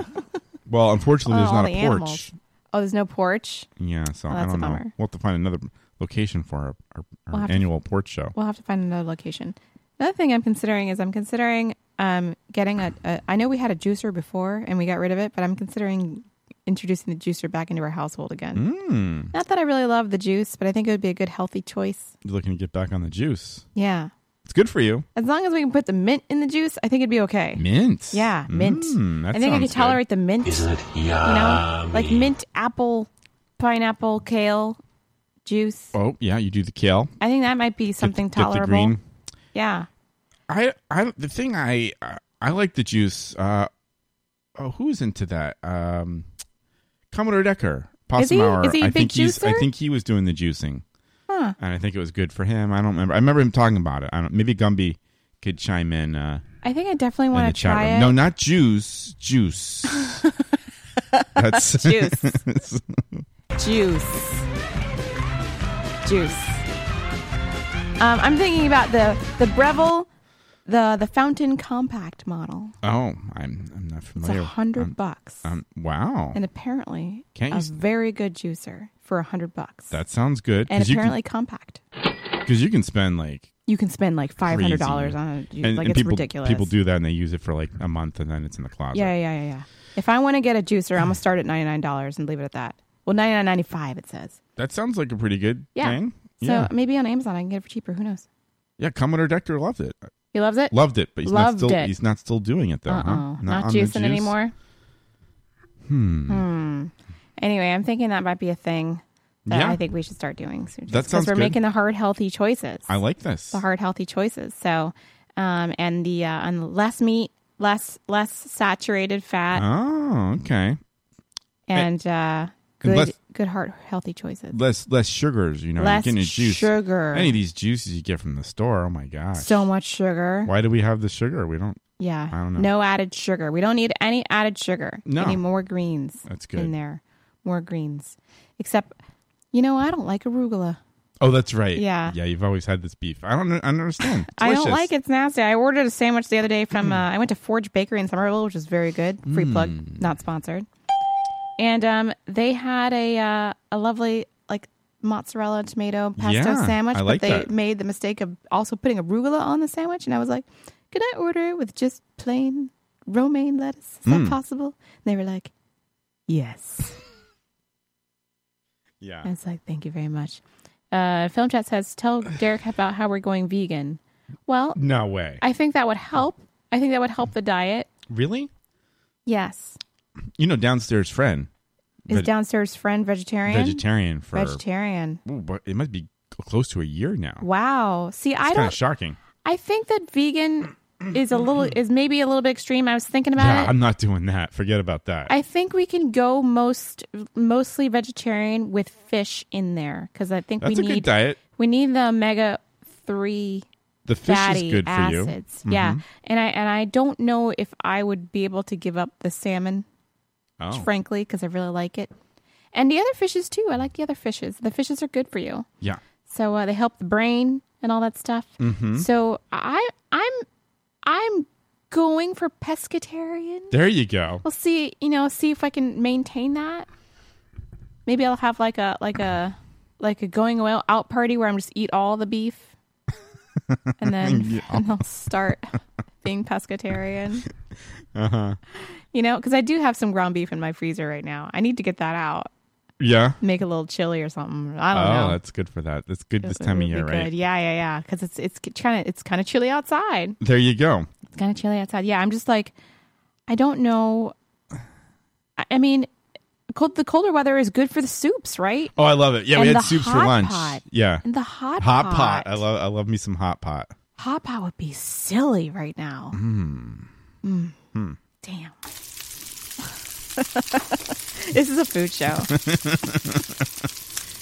Well, unfortunately, there's
Oh, all
not a
the
porch.
animals. Oh, there's no porch.
Yeah, so
Oh,
I
that's a
don't know.
bummer.
We'll have to find another location for our, our, our
We'll have to-
annual porch show.
We'll have to find another location. Another thing I'm considering is I'm considering um getting a, a. I know we had a juicer before and we got rid of it, but I'm considering introducing the juicer back into our household again.
Mm,
Not that I really love the juice, but I think it would be a good healthy choice.
you're looking to get back on the juice.
Yeah.
It's good for you.
As long as we can put the mint in the juice, I think it'd be okay.
Mint.
Yeah, mint.
Mm, that
I think I could
sounds good.
tolerate the mint. You know, like mint apple pineapple kale juice.
Oh yeah, you do the kale.
I think that might be something
Get the
tolerable.
green.
Yeah.
I I the thing I I- I like the juice. Uh, oh, who's into that? Um, Commodore Decker.
Is he-
Possamauer,
is he a
I
big
think he's. I
juicer?
think he was doing the juicing,
Huh.
and I think it was good for him. I don't remember. I remember him talking about it. I don't. Maybe Gumby could chime in uh,
I think I definitely
in the
want to
chat
try
room.
it.
No, not juice. Juice. That's
Juice. Juice. Juice. Um, I'm thinking about the the Breville, the the fountain compact model.
oh, I'm I'm not
It's a
familiar.
hundred bucks,
Oh, Um, wow,
and apparently
Can't
a
you s-
very good juicer for a hundred bucks,
that sounds good.
and
you
apparently compact.
can, 'cause you can spend like
You can spend like five hundred dollars
Crazy.
on it.
and,
like
and
it's
people
ridiculous.
people do that and they use it for like a month and then it's in the closet.
Yeah, yeah, yeah, yeah. If I want to get a juicer, I'm gonna start at ninety nine dollars and leave it at that. Well, ninety nine ninety five it says.
That sounds like a pretty good
Yeah.
thing.
So um,
yeah,
maybe on Amazon I can get it for cheaper. Who knows?
yeah. Commodore Dector loved it,
He loves it.
loved it, but he's not
Loved
still
it.
he's not still doing it though.
Uh-uh.
huh?
Not,
on the
juicing
juice?
anymore. Hmm. Anyway, I'm thinking that might be a thing that
Yeah.
I think we should start doing soon.
That
because
sounds
we're
good.
making the hard, healthy choices.
I like this.
the hard, healthy choices. So, um, and the uh, and the less meat, less less saturated fat,
Oh, okay.
and uh, good
less-
good heart healthy choices.
Less less sugars. You know,
Less
you're getting a juice.
sugar.
Any of these juices you get from the store. Oh my gosh.
so much sugar.
Why do we have the sugar? We don't.
Yeah.
I don't know.
No added sugar. We don't need any added sugar.
No.
We need more greens.
That's good.
In there. More greens. Except, you know, I don't like arugula.
Oh, that's right.
Yeah.
Yeah. You've always had this beef. I don't. I don't understand.
I don't
Delicious. Mm.
like it. It's nasty. I ordered a sandwich the other day from, uh, I went to Forge Bakery in Somerville, which is very good. Free plug, not sponsored. And um, they had a uh, a lovely, like, mozzarella tomato pesto
Yeah,
sandwich.
I like
but they
that.
made the mistake of also putting arugula on the sandwich. And I was like, could I order it with just plain romaine lettuce? Is
Mm.
that possible? And they were like, yes.
Yeah.
I was like, thank you very much. Uh, Film Chat says, tell Derek about how we're going vegan. Well,
No way.
I think that would help. I think that would help the diet.
really?
Yes.
You know, downstairs friend,
Is
Veg-
downstairs friend vegetarian?
vegetarian for
Vegetarian.
Ooh, but it must be close to a year now.
Wow. See, I
It's kind
don't.
of shocking.
I think that vegan is a little is maybe a little bit extreme. I was thinking about
Yeah,
it.
I'm not doing that. Forget about that.
I think we can go most mostly vegetarian with fish in there because I think
That's a
we
good
need
diet.
we need the omega three
The fish
fatty
is good for you. Mm-hmm.
acids. Yeah, and I and I don't know if I would be able to give up the salmon
Oh,
frankly, because I really like it. And the other fishes too. I like the other fishes. The fishes are good for you,
yeah.
so uh, they help the brain and all that stuff. So I, I'm, I'm going for pescatarian.
There you go.
We'll see. You know, see if I can maintain that. Maybe I'll have like a like a like a going away out party where I'm just eat all the beef, and then and I'll start being pescatarian.
Uh huh.
You know, because I do have some ground beef in my freezer right now. I need to get that out.
Yeah.
make a little chili or something. I
Oh,
don't know.
that's good for that. That's good this
It
time
would
of
be
year, right?
good. Yeah, yeah, yeah. Because it's it's kind of it's kind of chilly outside.
There you go.
It's kind of chilly outside. Yeah, I'm just like, I don't know. I, I mean, cold, the colder weather is good for the soups, right?
Oh, I love it. Yeah, we
And
had
the
soups for
hot
lunch.
pot.
Yeah.
And the hot
Hot
pot.
pot. I love I love me some hot pot.
hot pot would be silly right now. Mm.
Hmm.
Damn. this is a food show.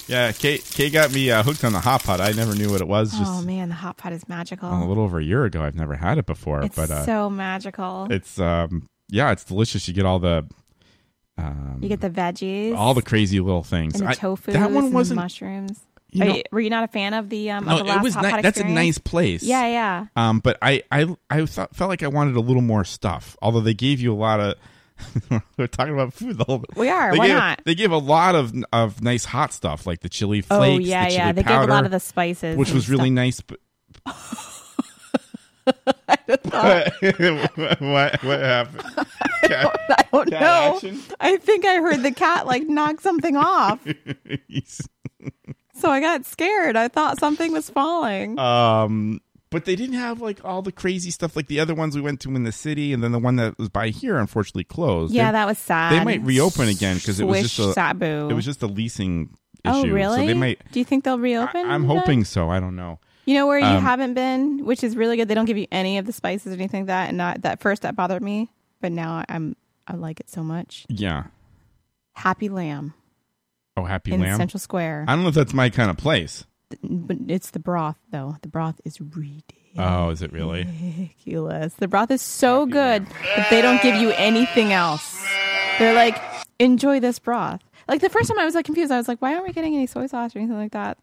Yeah, Kay Kay got me uh, hooked on the hot pot. I never knew what it was just
oh man, the hot pot is magical.
a little over a year ago. I've never had it before,
it's
but uh,
so magical.
it's um yeah, it's delicious. You get all the um,
you get the veggies.
all the crazy little things.
and the
I-
tofu
that one
and
wasn't.
the mushrooms.
you know-
Are you- were you not a fan of the um? of
no,
the last
it was
hot
ni-
pot
That's a
experience?
nice place.
Yeah, yeah.
Um, but I I I thought, felt like I wanted a little more stuff. Although they gave you a lot of. We're talking about food. The whole,
We are,
They
why
gave,
not?
They gave a lot of of nice hot stuff, like the chili flakes.
oh yeah,
the chili
yeah. They
powder,
gave a lot of the spices,
which
and
was really
stuff.
nice. But what, what what happened?
I don't
Cat
know.
action?
Oh, I think I heard the cat like knock something off, so I got scared. I thought something was falling.
um, But they didn't have like all the crazy stuff like the other ones we went to in the city, and then the one that was by here unfortunately closed.
Yeah,
They-
that was sad.
they might reopen again because it was just
Swish
a
Sabu.
it was just a leasing issue.
Oh, really?
So they might.
Do you think they'll
I,
reopen?
I'm
that?
hoping so. I don't know.
You know where you
Um,
haven't been, which is really good. They don't give you any of the spices or anything like that, and not that first that bothered me, but now I'm I like it so much.
Yeah.
Happy Lamb
Oh, Happy
in
Lamb.
Central Square,
I don't know if that's my kind of place.
but it's the broth though. The broth is ridiculous.
Oh, is it really?
The broth is so good that they don't give you anything else. They're like, enjoy this broth. Like the first time I was like confused. I was like, why aren't we getting any soy sauce or anything like that?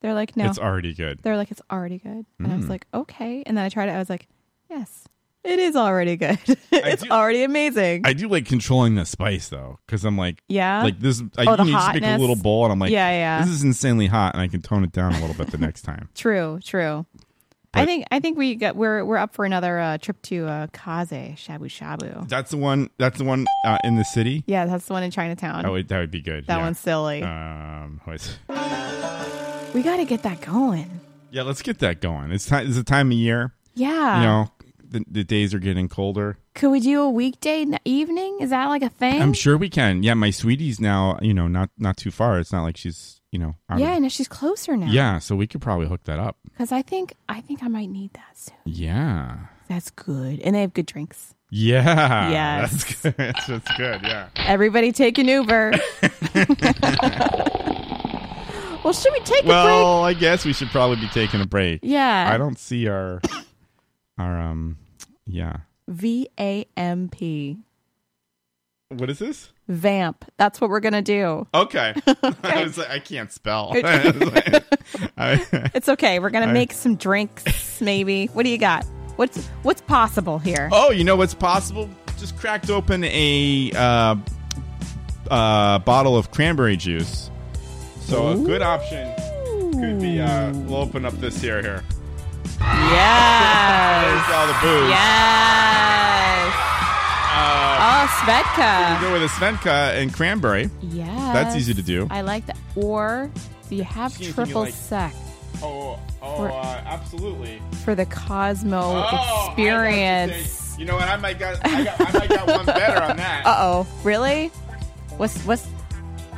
They're like, no.
It's Mm. already good.
They're like, it's already good. And I was like, okay. And then I tried it. I was like, yes, it is already good. it's
do-
already amazing.
I do like controlling the spice though, because I'm like,
yeah.
like this. I
Oh, the
need to pick a
hotness.
little bowl, and I'm like,
Yeah, yeah.
this is insanely hot, and I can tone it down a little bit the next time.
true, true. I
But-
think I think we got we're we're up for another uh, trip to uh, Kaze Shabu Shabu.
That's the one. That's the one uh, in the city.
Yeah, that's the one in Chinatown.
That would that would be good.
that
Oh, yeah.
one's silly.
Um, what is-
we got to get that going.
yeah, let's get that going. It's time. It's the time of year.
Yeah.
you know, the, the days are getting colder.
Could we do a weekday n- evening? Is that like a thing?
I'm sure we can. Yeah, my sweetie's now. You know, not not too far. It's not like she's you know. out of-
yeah, no, she's closer now.
yeah. So we could probably hook that up.
Because I think I think I might need that soon.
Yeah.
That's good. And they have good drinks.
Yeah.
Yes.
That's good. That's good. Yeah.
Everybody take an Uber. well, should we take a
Well, I guess we should probably be taking a break.
break? Yeah.
I don't see our our um yeah.
V A M P.
What is this?
Vamp. That's what we're going to do.
Okay. I was like, I can't spell. I was like- I-
It's okay. We're going
I-
to make some drinks, maybe. What do you got? What's what's possible here?
oh, you know what's possible? Just cracked open a uh, uh, bottle of cranberry juice. So a good option could be uh, we'll open up this here here.
Yes.
There's all the booze.
Yes.
Uh,
Oh, Svetka.
go with a Svenka and cranberry.
Yes.
That's easy to do.
I like that. Or do you have
Anything you
triple
like.
sec
Oh, oh,
For-
uh, absolutely.
for the Cosmo
Oh, I got you,
experience?
Jay. You know what? I might got I, got I might got one better on that.
Uh oh, really? What's what's?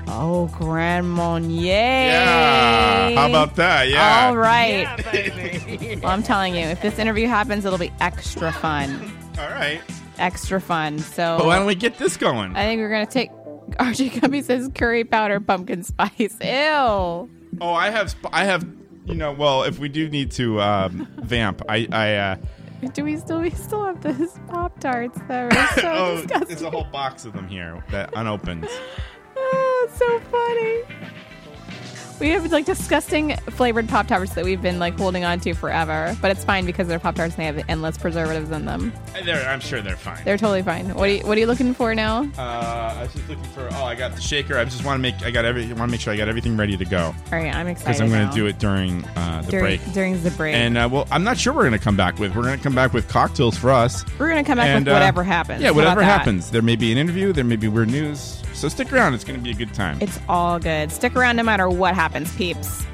Oh, Grand Marnier.
Yeah. How about that? Yeah.
All right. well, I'm telling you, if this interview happens, it'll be extra fun,
All right.
extra fun. So
But why don't we get this going?
I think we're gonna take. RJ Gumby says curry powder, pumpkin spice. Ew.
Oh, I have sp- I have you know, well, if we do need to um, vamp, I I uh,
Do we still we still have those pop tarts that were so
oh,
disgusting?
there's a whole box of them here that unopened.
Oh, it's so funny. We have like disgusting flavored Pop Tarts that we've been like holding on to forever, but it's fine because they're Pop Tarts and they have endless preservatives in them.
And they're, I'm sure they're fine.
They're totally fine. What are you, what are you looking for now?
uh, I was just looking for. Oh, I got the shaker. I just want to make. I got every. Want to make sure I got everything ready to go
All right, I'm excited.
because I'm going
now.
to do it during uh, the
during,
break.
during the break.
And uh, well, I'm not sure we're going to come back with. We're going to come back with cocktails for us.
We're gonna come back
and,
with
uh,
whatever happens.
Yeah,
How about
whatever
that?
happens. There may be an interview. There may be weird news. So stick around. It's going to be a good time.
It's all good. Stick around no matter what happens, peeps.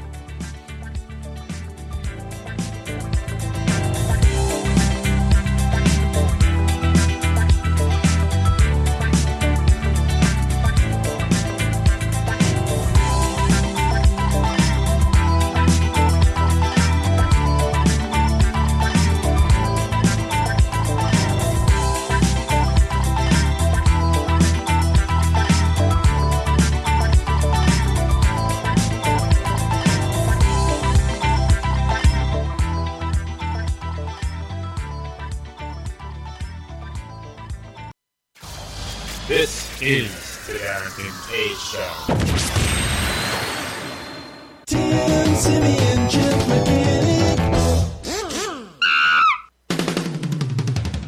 This is the Darrington K Show.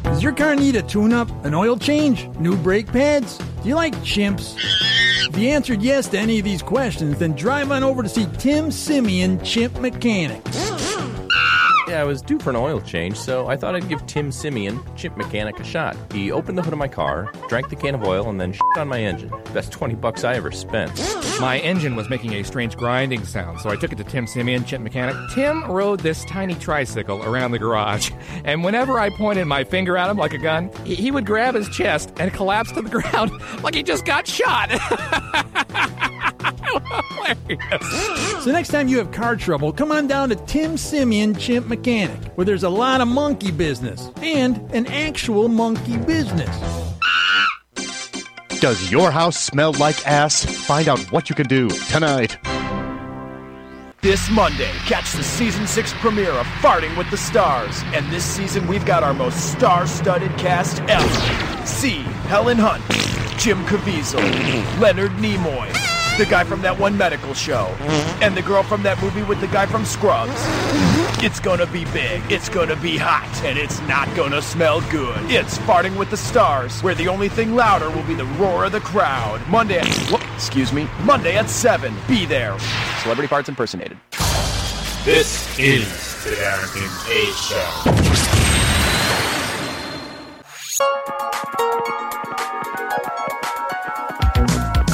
Does your car need a tune up, an oil change, new brake pads? Do you like chimps? If you answered yes to any of these questions, then drive on over to see Tim Simeon, Chimp Mechanic.
I was due for an oil change, so I thought I'd give Tim Simeon, chip mechanic, a shot. He opened the hood of my car, drank the can of oil, and then shit on my engine. Best 20 bucks I ever spent.
My engine was making a strange grinding sound, so I took it to Tim Simeon, chip mechanic. Tim rode this tiny tricycle around the garage, and whenever I pointed my finger at him like a gun, he- he would grab his chest and collapse to the ground like he just got shot.
So next time you have car trouble, come on down to Tim Simeon Chimp Mechanic, where there's a lot of monkey business and an actual monkey business.
Does your house smell like ass? Find out what you can do tonight.
This Monday, catch the season six premiere of Farting with the Stars. And this season, we've got our most star studded cast ever. See Helen Hunt, Jim Caviezel, Leonard Nimoy, the guy from that one medical show, and the girl from that movie with the guy from Scrubs. It's gonna be big, it's gonna be hot, and it's not gonna smell good. It's Farting with the Stars, where the only thing louder will be the roar of the crowd. Monday at, whoop, excuse me, Monday at 7. Be there. Celebrity parts impersonated.
This is the Darrington A Show.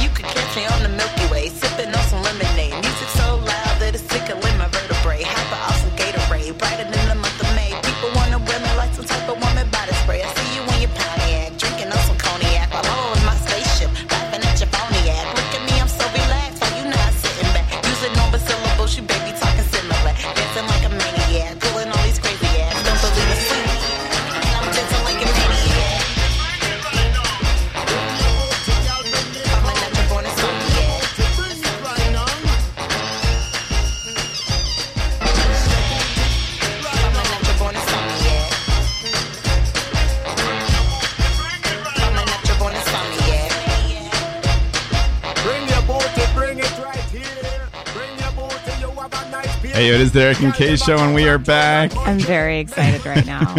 You could catch me on the Milky Way, sipping on some lemonade. Music so loud that it's tickling my vertebrae. Hyper awesome Gatorade, brighter than the month of May. People wanna wear me like some type of woman body spray. I see you in your Pontiac, drinking on some cognac. While I'm on my spaceship, laughing at your phoniac. Look at me, I'm so relaxed, while you not sitting back. Using all the syllables, you baby talking similar. Dancing like a maniac, pulling all these crazy ass. Don't believe it's sweet. And I'm dancing like a maniac. I'm a natural born insomniac.
Bring your boat and bring it right here. Bring your boat and you have a nice beer.
Hey, it is the Derek and Kay Show, and we are back.
I'm very excited right now.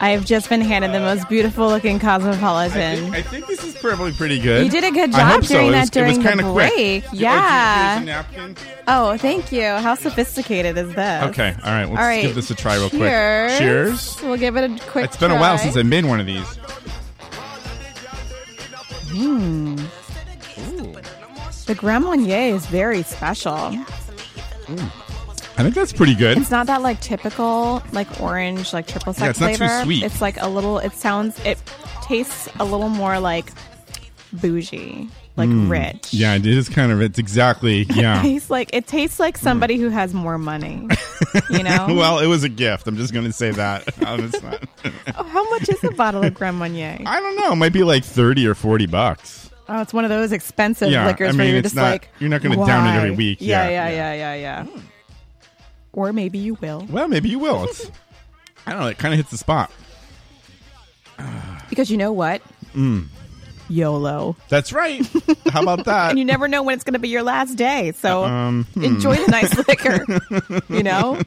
I have just been handed the most beautiful looking cosmopolitan.
I think this is probably pretty good.
You did a good
I
job
hope so.
doing
It
that
was- it was
during
kinda
the
quick.
break.
Oh, do you-
Yeah.
do you use a napkin?
Oh, thank you. How sophisticated is this?
Okay, all right, let's
All right.
give this a try real quick.
Cheers.
Cheers.
We'll give it a quick.
It's been a while
try.
since I've been one of these.
Mm. The Grand Marnier is very special.
I think that's pretty good.
It's not that like typical like orange like triple sec
Yeah, it's not too
flavor.
sweet.
It's like a little. It sounds. It tastes a little more like bougie, like
Mm.
rich.
Yeah, it is kind of. It's exactly.
It
Yeah.
tastes like it tastes like somebody who has more money. You know.
well, it was a gift. I'm just going to say that. Um, it's not.
Oh, how much is a bottle of Grand Marnier?
I don't know. It might be like thirty or forty bucks.
Oh, it's one of those expensive
Yeah,
liquors
I
where
mean,
you're
it's
just
not-
like
you're not gonna down it every
"Why?"
week.
Yeah,
Yeah,
yeah, yeah, yeah, yeah. Or maybe you will
Well, maybe you will. It's, I don't know. It kind of hits the spot.
because you know what?
Mm.
YOLO.
That's right. How about that?
and you never know when it's going to be your last day, so
Um, hmm.
enjoy the nice liquor. You know,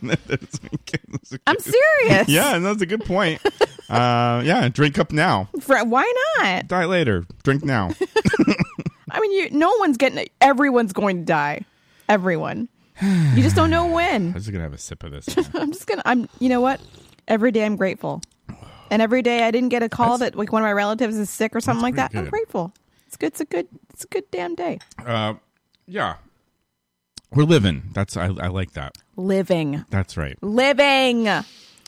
I'm serious.
yeah, and that's a good point. Uh, yeah, drink up now.
Fr- why not?
Die later. Drink now.
I mean, you, no one's getting. Everyone's going to die. Everyone. You just don't know when.
I'm just gonna have a sip of this.
I'm just gonna. I'm. You know what? Every day I'm grateful, and every day I didn't get a call that like one of my relatives is sick or something like that.
pretty
I'm
good.
grateful. It's good. It's a good. It's a good damn day.
Uh, yeah, we're living. That's I, I like that.
Living.
That's right.
Living.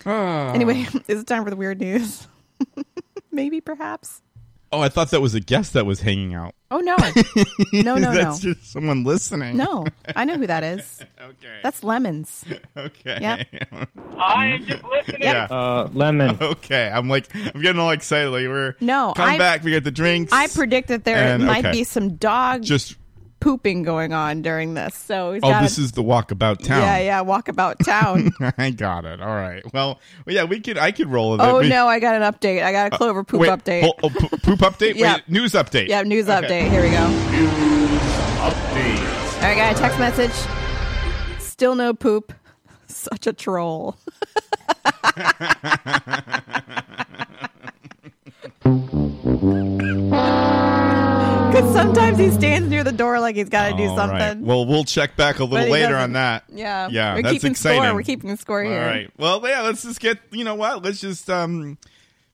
Ah.
Anyway, is it time for the weird news? Maybe, perhaps.
Oh, I thought that was a guest that was hanging out.
Oh no, no, no, no,
That's just someone listening.
no. I know who that is.
okay.
That's lemons.
Okay.
Yep.
I
am just listening.
Yeah.
Uh, lemon.
Okay. I'm like I'm getting all excited. Like we're
No,
come
I-
back. We get the drinks.
I predict that there
And-
might
okay.
be some dog
just
pooping going on during this. So he's
Oh,
got
this
a-
is the walkabout town.
Yeah, yeah, walk about town.
I got it. All right. Well, well, yeah, we could. I could roll with it.
oh
We-
no, I got an update. I got
Uh,
a Clover poop
wait,
update.
hol- oh, po- poop update.
Yeah.
Wait, news update.
Yeah, news
Okay.
update. Here we go.
Update.
All right, I got a text message. Still no poop. Such a troll. Because sometimes he stands near the door like he's got to do
All
something.
right. Well, we'll check back a
But
little
he
later
doesn't-
on that.
Yeah.
Yeah,
We're
that's
keeping
exciting.
score. We're keeping score here.
All right. Well, yeah, let's just get, you know what? Let's just um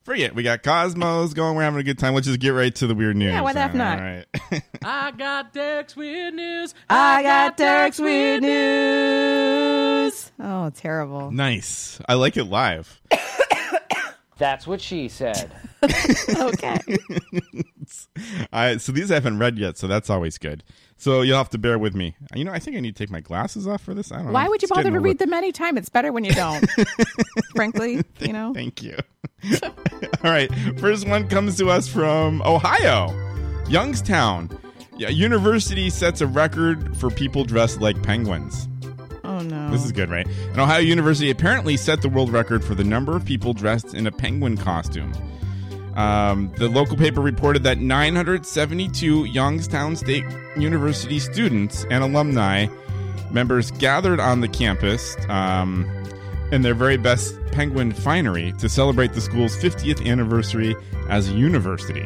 forget. We got Cosmos going. We're having a good time. Let's just get right to the weird news.
why the F not?
All right.
I got Derek's weird news.
I got Derek's weird news. Oh, terrible.
Nice. I like it live.
That's what she said.
okay.
I, so these I haven't read yet, so that's always good. So you'll have to bear with me. You know, I think I need to take my glasses off for this. I don't know.
Why would you
It's
bother
getting
to
older.
read them anytime? It's better when you don't. Frankly, you know.
Thank you. All right. First one comes to us from Ohio, Youngstown. Yeah, university sets a record for people dressed like penguins.
Oh no.
This is good, right? An Ohio university apparently set the world record for the number of people dressed in a penguin costume. Um, the local paper reported that 972 Youngstown State University students and alumni members gathered on the campus um, in their very best penguin finery to celebrate the school's 50th anniversary as a university.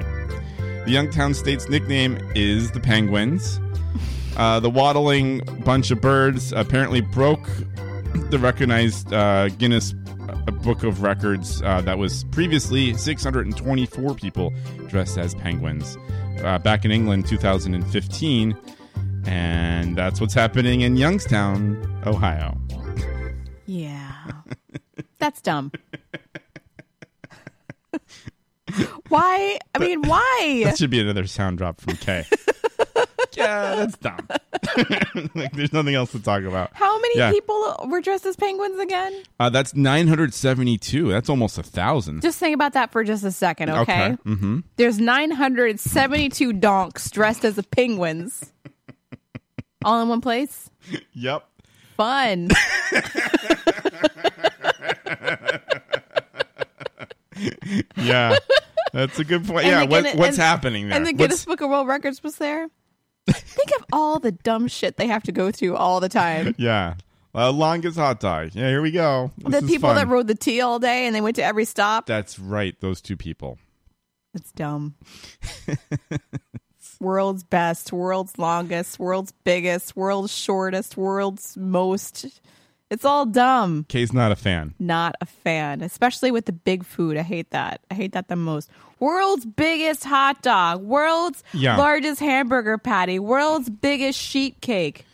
The Youngstown State's nickname is the Penguins. Uh, the waddling bunch of birds apparently broke the recognized uh, Guinness uh, Book of Records uh, that was previously 624 people dressed as penguins uh, back in England 2015. And that's what's happening in Youngstown, Ohio.
Yeah. That's dumb. why? I mean, why?
That should be another sound drop from Kay. yeah, that's dumb. like, there's nothing else to talk about.
How many
Yeah.
people were dressed as penguins again?
Uh, that's 972. That's almost a thousand.
Just think about that for just a second, okay?
Mm-hmm.
There's 972 donks dressed as the penguins, all in one place.
Yep.
Fun.
Yeah. That's a good point.
And
yeah.
the
What,
Guinness-
what's
and-
happening there?
And the
What's-
Guinness Book of World Records was there. Think of all the dumb shit they have to go through all the time.
yeah. Uh, longest hot dog. Yeah, here we go. This
the
is
people
fun.
that rode the T all day and they went to every stop.
That's right. Those two people.
It's dumb. world's best, world's longest, world's biggest, world's shortest, world's most. It's all dumb.
Kay's not a fan.
Not a fan, especially with the big food. I hate that. I hate that the most. World's biggest hot dog, world's
Yeah.
largest hamburger patty, world's biggest sheet cake.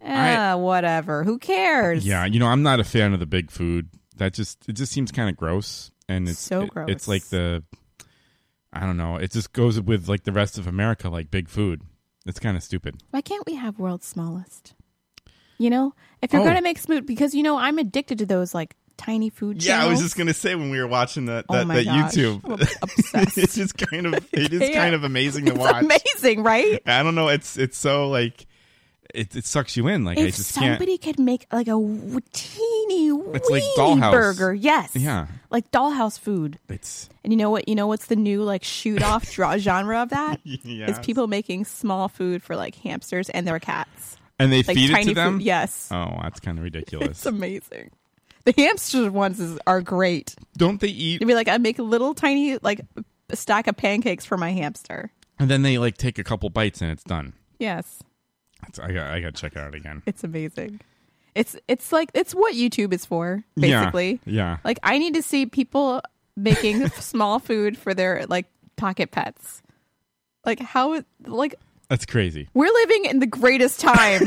Ah, whatever. Who cares?
Yeah. You know, I'm not a fan of the big food. That just, it just seems kind of gross. And it's
So
it-
gross.
It's like the, I don't know. It just goes with like the rest of America, like big food. It's kind of stupid.
Why can't we have world's smallest? You know, if you're
Oh.
going to make smooth, because you know I'm addicted to those like tiny food.
Yeah, I was
channels.
just gonna say when we were watching that
Oh
that,
my
that
gosh.
YouTube,
I'm
it's just kind of it is
can't.
kind of amazing to watch.
It's amazing, right?
I don't know, it's it's so like it, it sucks you in. Like I
if
just can't.
somebody could make like a w- teeny
It's like
weeny
Dollhouse.
burger, yes,
Yeah.
like dollhouse food.
It's
And you know what? You know what's the new like shoot off dra- genre of that? Is
Yes.
people making small food for like hamsters and their cats,
and they
like
feed it
tiny
to them.
Food. Yes,
Oh, that's kind of
it's
ridiculous.
amazing. The hamster ones is, are great.
don't they eat?
It'd be like I make a little tiny like a stack of pancakes for my hamster.
And then they like take a couple bites and it's done.
Yes,
It's, I got I got to check it out again.
it's amazing. It's it's like it's what YouTube is for
Yeah,
basically.
yeah.
Like I need to see people making small food for their like pocket pets. Like how like
That's crazy.
we're living in the greatest time.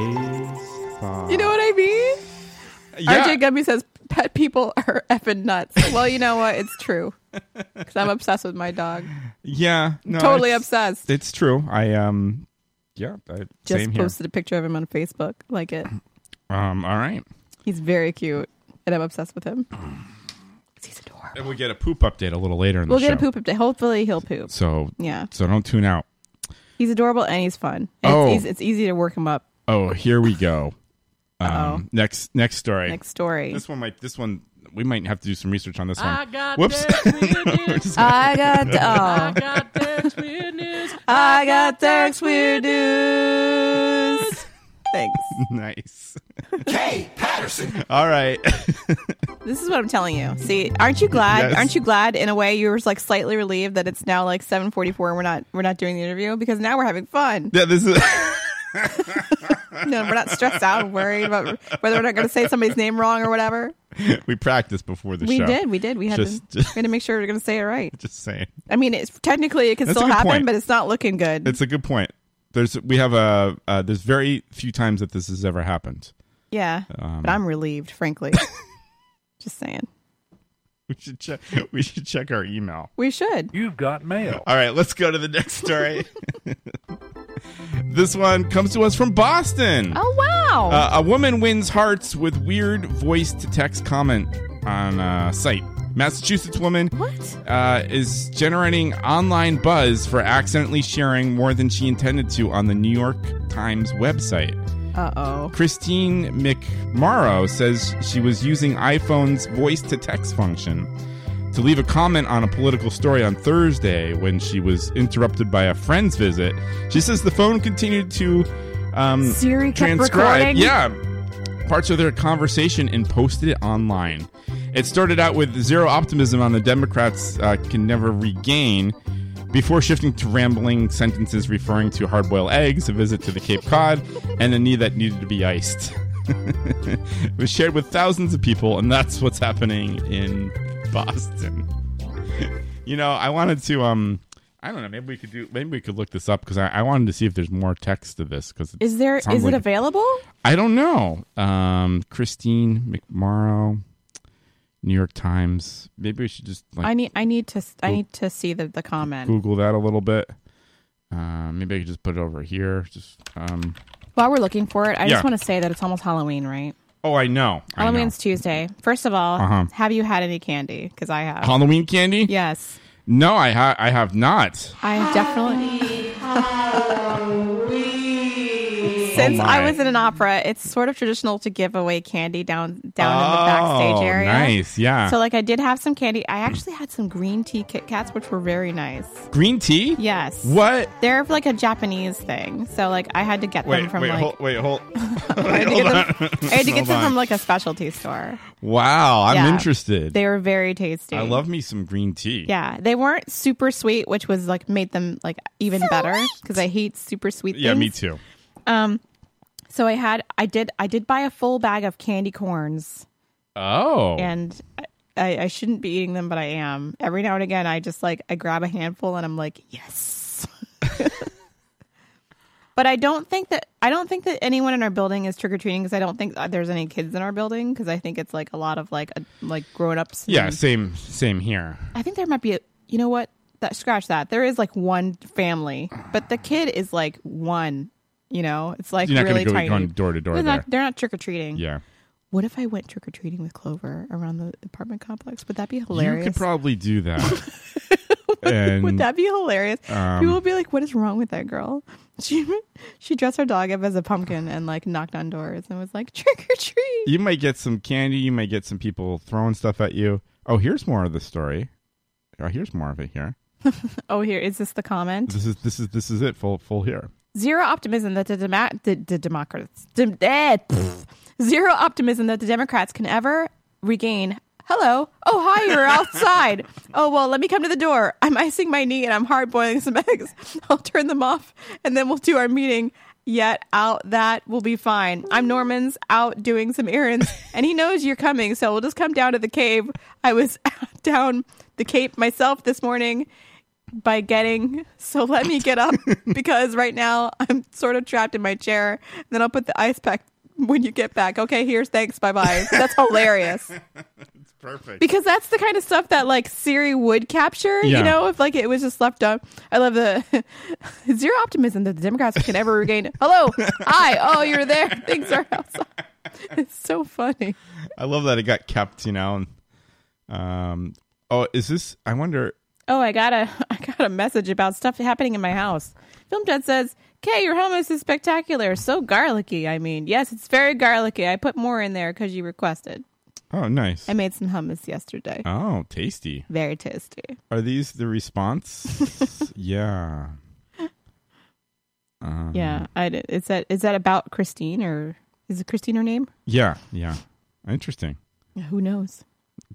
you know what I mean?
Yeah.
RJ Gumby says pet people are effing nuts. well, you know what? It's true. Because I'm obsessed with my dog.
Yeah, no,
totally
it's-
obsessed.
It's true. I um, yeah, I,
Just
same
posted a picture of him on Facebook. Like it.
here. Um, all right.
He's very cute. And I'm obsessed with him.
And we get a poop update a little later in
We'll
the
get
show.
a poop update. Hopefully, he'll poop.
So
Yeah.
So don't tune out.
He's adorable and he's fun. And
Oh.
it's, easy, it's easy to work him up.
Oh, here we go.
Uh-oh.
Um, next next story.
Next story.
This one might. This one we might have to do some research on this one.
I got
Whoops.
I got the. I got Derek's weird news. I got Derek's weird news. Thanks.
nice.
K Patterson.
All right.
This is what I'm telling you. See, aren't you glad?
Yes.
Aren't you glad in a way you were like slightly relieved that it's now like 7:44 and we're not we're not doing the interview because now we're having fun.
Yeah, this is
no, we're not stressed out and worried about whether we're not going to say somebody's name wrong or whatever.
we practiced before the
we
show.
did, we did. We had
Just-
to, we had to make sure we are going to say it right.
Just saying.
I mean, it's technically it can
That's a
still
good
happen,
point.
but it's not looking good.
It's a good point. There's we have a uh, there's very few times that this has ever happened.
yeah,
Um,
but I'm relieved, frankly. Just saying,
We should check. We should check our email.
we should.
You've got mail. All right, let's go to the next story. this one comes to us from Boston.
Oh wow!
Uh, a woman wins hearts with weird voice to text comment on uh, site. Massachusetts woman Uh, is generating online buzz for accidentally sharing more than she intended to on the New York Times website.
Uh oh.
Christine McMorrow says she was using iPhone's voice to text function to leave a comment on a political story on Thursday when she was interrupted by a friend's visit. She says the phone continued to um,
Siri kept recording?
transcribe. Yeah, parts of their conversation and posted it online. It started out with zero optimism on the Democrats uh, can never regain before shifting to rambling sentences referring to hard boiled eggs, a visit to the Cape Cod, and a knee that needed to be iced. it was shared with thousands of people, and that's what's happening in Boston. you know, I wanted to. um I don't know. Maybe we could do. Maybe we could look this up because I, I wanted to see if there's more text to this. Because
Is there is it available?
I don't know. Um, Christine McMorrow, New York Times. Maybe we should just like
I need I need to I
Goo-
need to see the the comment.
Google that a little bit. Uh, maybe I could just put it over here. Just um.
While we're looking for it, I
Yeah.
just want to say that it's almost Halloween, right?
Oh, I know. I know.
Halloween's Tuesday. First of all,
Uh-huh.
have you had any candy? Because I have.
Halloween candy.
Yes.
No, I ha- I have not.
I definitely. Since
Oh my.
I was in an opera, it's sort of traditional to give away candy down down in the backstage
Oh,
area.
nice, yeah.
So like I did have some candy. I actually had some green tea Kit Kats, which were very nice.
Green tea.
Yes.
What?
They're like a Japanese thing. So like I had to get them
Wait,
from
wait,
like
hold, wait, hold.
I had to get
Hold
them, I had to get
Hold
them
on.
from like a specialty store.
Wow, I'm
Yeah.
interested.
They were very tasty.
I love me some green tea.
Yeah, they weren't super sweet, which was like made them like even better because I hate super sweet.
Yeah, me
things.
too.
Um, so I had I did I did buy a full bag of candy corns,
Oh.
and I, I shouldn't be eating them, but I am. Every now and again, I just like I grab a handful and I'm like, yes. But I don't think that I don't think that anyone in our building is trick or treating because I don't think that there's any kids in our building because I think it's like a lot of like a, like grown ups.
Yeah, same same here.
I think there might be. A, you know what? That scratch that. There is like one family, but the kid is like one. You know, it's like
You're not
really
gonna go
tiny.
going door to door
They're
there.
not, they're not trick or treating.
Yeah.
What if I went trick or treating with Clover around the apartment complex? Would that be hilarious?
You could probably do that. and
Would that be hilarious?
um,
People would be like, "What is wrong with that girl?" She she dressed her dog up as a pumpkin and like knocked on doors and was like trick or treat.
you might get some candy. You might get some people throwing stuff at you. Oh, here's more of the story. Oh, here's more of it here.
Oh, here is this the comment?
This is this is this is it. Full full here.
Zero optimism that the, dema- the, the Democrats. Dem- eh, pff. zero optimism that the Democrats can ever regain. Hello. Oh, hi, you're outside. Oh, well, let me come to the door. I'm icing my knee and I'm hard boiling some eggs. I'll turn them off and then we'll do our meeting. Yet out that will be fine. I'm Norman's out doing some errands and he knows you're coming, so we'll just come down to the cave. I was down the cape myself this morning by getting so let me get up because right now i'm sort of trapped in my chair then i'll put the ice pack when you get back okay here's thanks bye bye that's hilarious
It's perfect.
because that's the kind of stuff that like siri would capture
Yeah.
you know if like it was just left up i love the zero optimism that the democrats can ever regain hello hi oh you're there things are outside it's so funny
I love that it got kept, you know, and Um, oh, is this? I wonder.
Oh, I got a I got a message about stuff happening in my house. Film Jet says, "Kay, your hummus is spectacular. So garlicky. I mean, yes, it's very garlicky. I put more in there because you requested.
Oh, nice.
I made some hummus yesterday.
Oh, tasty.
Very tasty.
Are these the response? yeah. Um,
yeah, I did. Is that is that about Christine or is it Christine her name?
Yeah. Yeah. Interesting.
Who knows?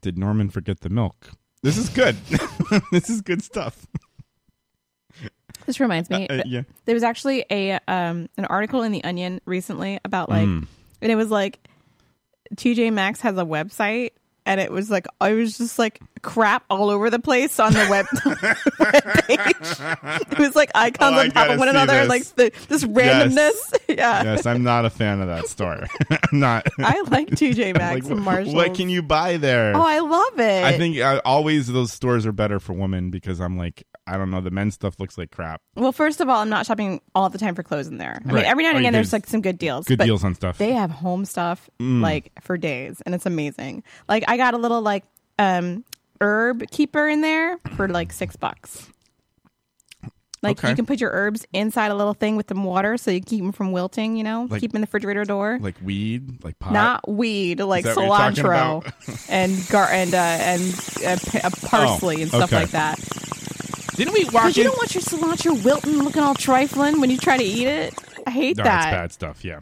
Did Norman forget the milk? This is good. this is good stuff.
This reminds me.
Uh, uh, yeah.
There was actually a um an article in the Onion recently about like,
Mm.
and it was like, TJ Maxx has a website, and it was like I was just like crap all over the place on the web. webpage. It was like icons
Oh, I
on top
gotta
of one
see
another, and, like
this.
the, this randomness. yeah.
yes, I'm not a fan of that store. I'm not.
I like TJ
I'm
Maxx
like,
and
"Wh-
Marshalls.
What can you buy there?
Oh, I love it.
I think uh, always those stores are better for women because I'm like, I don't know, the men's stuff looks like crap.
Well, first of all, I'm not shopping all the time for clothes in there. I mean,
Right.
every now and
Oh, you
again,
can-
there's like some good deals.
good
but
deals on stuff.
They have home stuff
Mm.
like for days, and it's amazing. Like I got a little like um herb keeper in there for like six bucks. Like
Okay.
you can put your herbs inside a little thing with some water, so you keep them from wilting. You know,
Like-
keep 'em in the refrigerator door.
Like weed, like pot.
Not weed, like
that what you're talking
cilantro
about?
and gar- and uh, and uh, p- uh, parsley and stuff
Oh, okay.
like that.
Didn't we
Because
walk
you
in?
don't want your cilantro wilting, looking all trifling when you try to eat it. I hate
no, it's
that.
bad stuff. Yeah.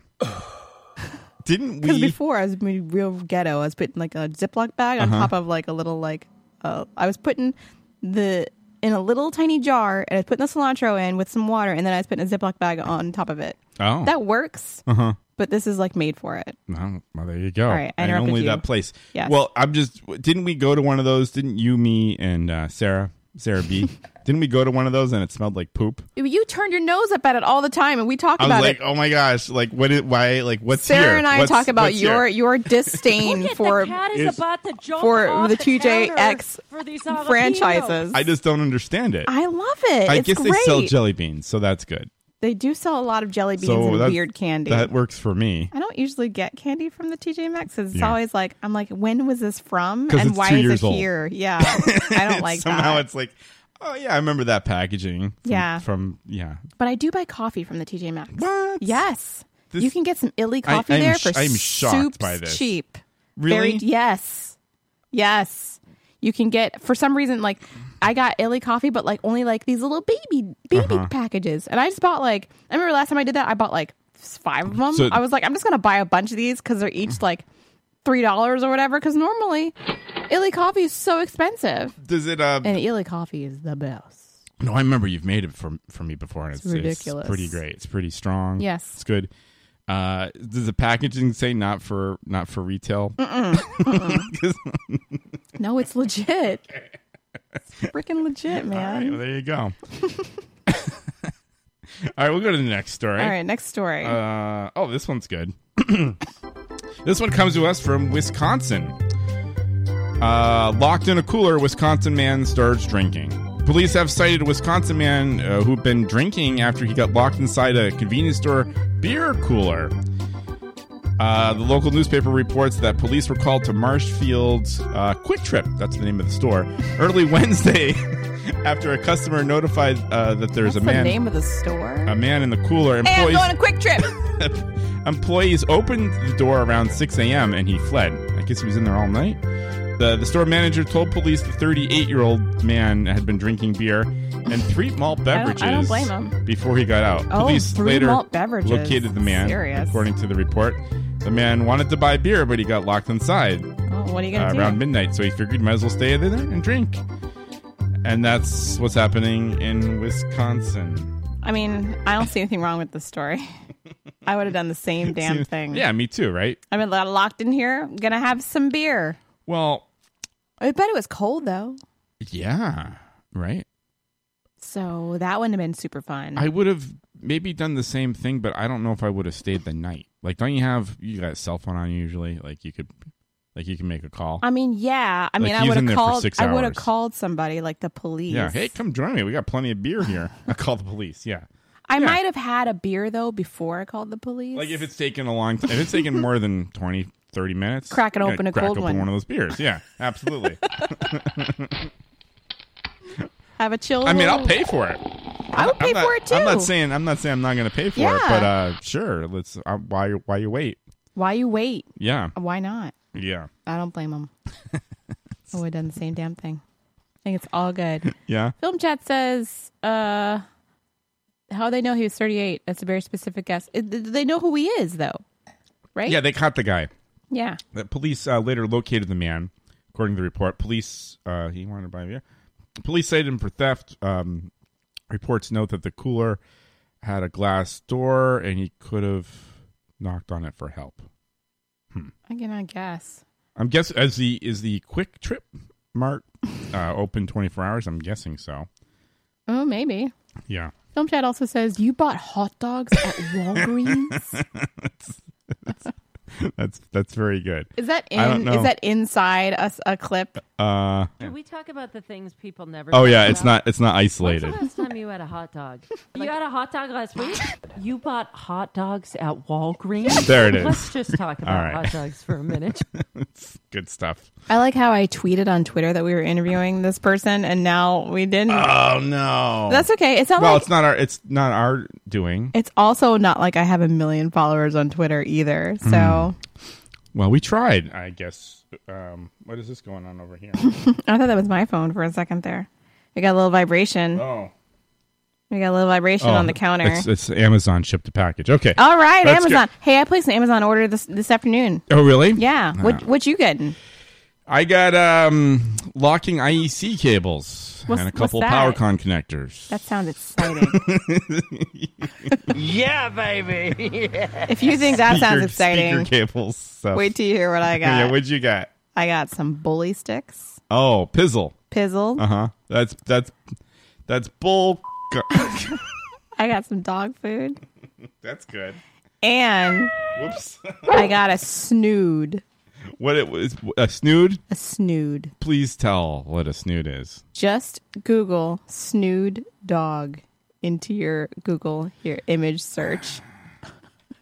Didn't
Because
we?
before I was being real ghetto. I was putting like a Ziploc bag on
Uh-huh.
top of like a little like uh, I was putting the in a little tiny jar and I was putting the cilantro in with some water and then I was putting a Ziploc bag on top of it.
Oh.
that works.
Uh huh.
But this is like made for it.
No, well, there you go.
All right, I
and
interrupted
only
you.
that place.
Yes.
Well, I'm just. Didn't we go to one of those? Didn't you, me, and uh, Sarah, Sarah B? didn't we go to one of those and it smelled like poop?
You turned your nose up at it all the time, and we talk
I was
about
like,
it.
oh my gosh, like what? It, why? Like what's
Sarah
here?
and I
What's-
talk about
what's here?
your your disdain for
It's-
about to jump
for
off
the
the
TJX
counter for these
franchises.
I just don't understand it.
I love it.
I
it's
guess
great.
they sell jelly beans, so that's good.
They do sell a lot of jelly beans
so
and
that's-
weird candy.
That works for me.
I don't usually get candy from the TJ Maxx. 'cause It's
Yeah.
always like I'm like, when was this from,
'Cause
and
it's
why
two
is
years
it
old.
here? Yeah, I don't like
Somehow
that.
it's like, oh yeah, I remember that packaging. From,
Yeah.
From yeah.
But I do buy coffee from the TJ Maxx. What? Yes,
This-
you can get some illy
I-
coffee
I'm
there
sh-
for
I'm shocked
soups
by this.
cheap. Very,
Really?
yes, yes. You can get for some reason like I got illy coffee, but like only like these little baby baby
Uh-huh.
packages, and I just bought like I remember last time I did that I bought like five of them.
So-
I was like I'm just gonna buy a bunch of these because they're each like three dollars or whatever. Because normally illy coffee is so expensive,
Does it? Uh,
and illy coffee is the best.
no, I remember you've made it for for me before, and
It's
it's,
ridiculous.
pretty great. It's pretty strong.
Yes.
It's good. Uh, does the packaging say not for not for retail?
Mm-mm. Mm-mm. no, it's legit. It's freaking legit,
All right,
man.
well, there you go. All right, we'll go to the next story.
All right, next story.
Uh, oh, this one's good. this one comes to us from Wisconsin. Uh, locked in a cooler, Wisconsin man starts drinking. Police have cited a Wisconsin man uh, who'd been drinking after he got locked inside a convenience store beer cooler. Uh, the local newspaper reports that police were called to Marshfield's uh, Quick Trip, that's the name of the store, early Wednesday after a customer notified uh, that there's a
What's
man Uh,
the name of the store?
a man in the cooler.
Hey, I'm
Employees,
going on a quick trip.
employees opened the door around 6 a.m. and he fled. I guess he was in there all night. The, the store manager told police the 38 year old man had been drinking beer and three malt
I
beverages
don't- I don't blame him.
before he got out.
Oh,
police
three
later
malt beverages.
located the man,
Serious.
according to the report. The man wanted to buy beer, but he got locked inside
Oh, what are you
uh,
gonna
around
do?
midnight, so he figured he might as well stay there and drink. And that's what's happening in Wisconsin.
I mean, I don't see anything wrong with this story. I would have done the same damn thing.
Yeah, me too, right?
I've been lo- locked in here. I'm gonna have some beer.
Well,
I bet it was cold though,
Yeah, right.
so that wouldn't have been super fun.
I would have maybe done the same thing, but I don't know if I would have stayed the night. Like, don't you have you got a cell phone on you usually? Like you could, like you can make a call.
I mean, yeah. I
Like,
mean,
he
I
was
would have
in there for
called.
six
I would have
hours.
called somebody, like the police.
yeah, hey, come join me. We got plenty of beer here. I call the police. Yeah,
I might have had a beer though before I called the police.
like if it's taken a long time, if it's taken more than twenty thirty minutes.
Cracking
Yeah,
open a
crack
cold
open
one.
one of those beers. Yeah, absolutely.
Have a chill.
I mean, I'll pay for it.
I would pay
I'm not,
for it too.
I'm not saying I'm not saying I'm not going to pay for it,
Yeah.
but uh, sure. Let's uh, why why you wait?
Why you wait?
Yeah,
Why not?
yeah,
I don't blame him. I would have done the same damn thing. I think it's all good.
yeah.
Film chat says, uh, how they know he was 38. That's a very specific guess. It- They know who he is, though, right?
Yeah, they caught the guy.
Yeah.
The police uh, later located the man, according to the report. Police uh, he wanted to buy beer. Police cited him for theft. Um, reports note that the cooler had a glass door, and he could have knocked on it for help.
I cannot guess.
I'm guess as the is the quick trip mart uh, open 24 hours. I'm guessing so.
Oh, maybe.
Yeah.
Film chat also says, you bought hot dogs at Walgreens?
that's, that's that's very good.
is that
I don't
in?
know.
Is that inside us a clip?
Uh,
Can we talk about the things people never?
oh
talk
yeah, it's
about?
not it's not isolated.
Last time you had a hot dog, you had a hot dog last week. You bought hot dogs at Walgreens.
There it is.
Let's just talk
All
about
right.
hot dogs for a minute.
it's good stuff.
I like how I tweeted on Twitter that we were interviewing this person, and now we didn't.
Oh no,
That's okay. Uh, It's not
well,
like-
it's not our it's not our doing.
It's also not like I have a million followers on Twitter either. So
Well, we tried. I guess. Um, what is this going on over here?
I thought that was my phone for a second there. We got a little vibration.
Oh.
We got a little vibration
Oh,
on the counter.
It's, it's Amazon shipped a package. Okay.
All right,
That's
Amazon. Hey, I placed an Amazon order this this afternoon.
good. Oh really?
Yeah. What
Ah.
what you getting?
I got um locking IEC cables
What's-
and a
what's
couple
that?
PowerCon connectors.
That sounds exciting.
yeah, baby.
If you think that sounds exciting,
Speaker cables. stuff.
wait till you hear what I got.
yeah. What'd you got?
I got some bully sticks,
Oh, pizzle.
pizzle.
Uh huh. That's that's that's bull.
I got some dog food,
that's good.
and
Whoops.
I got a snood.
What it was a snood?
A snood.
Please tell what a snood is.
Just Google snood dog into your Google your image search.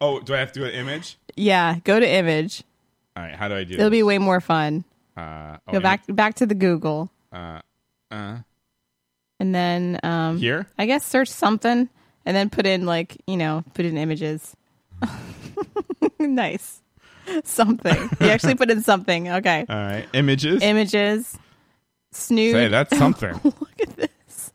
Oh, do I have to do an image?
Yeah, go to image.
All right. How do I do?
It'll
this?
be way more fun.
Uh, oh,
go back back to the Google
Uh, uh,
and then um
Here?
I guess search something and then put in like, you know, put in images. nice. Something. You actually put in something. Okay.
all right. Images.
Images. Snood.
Uh, Say that's something.
Look at this.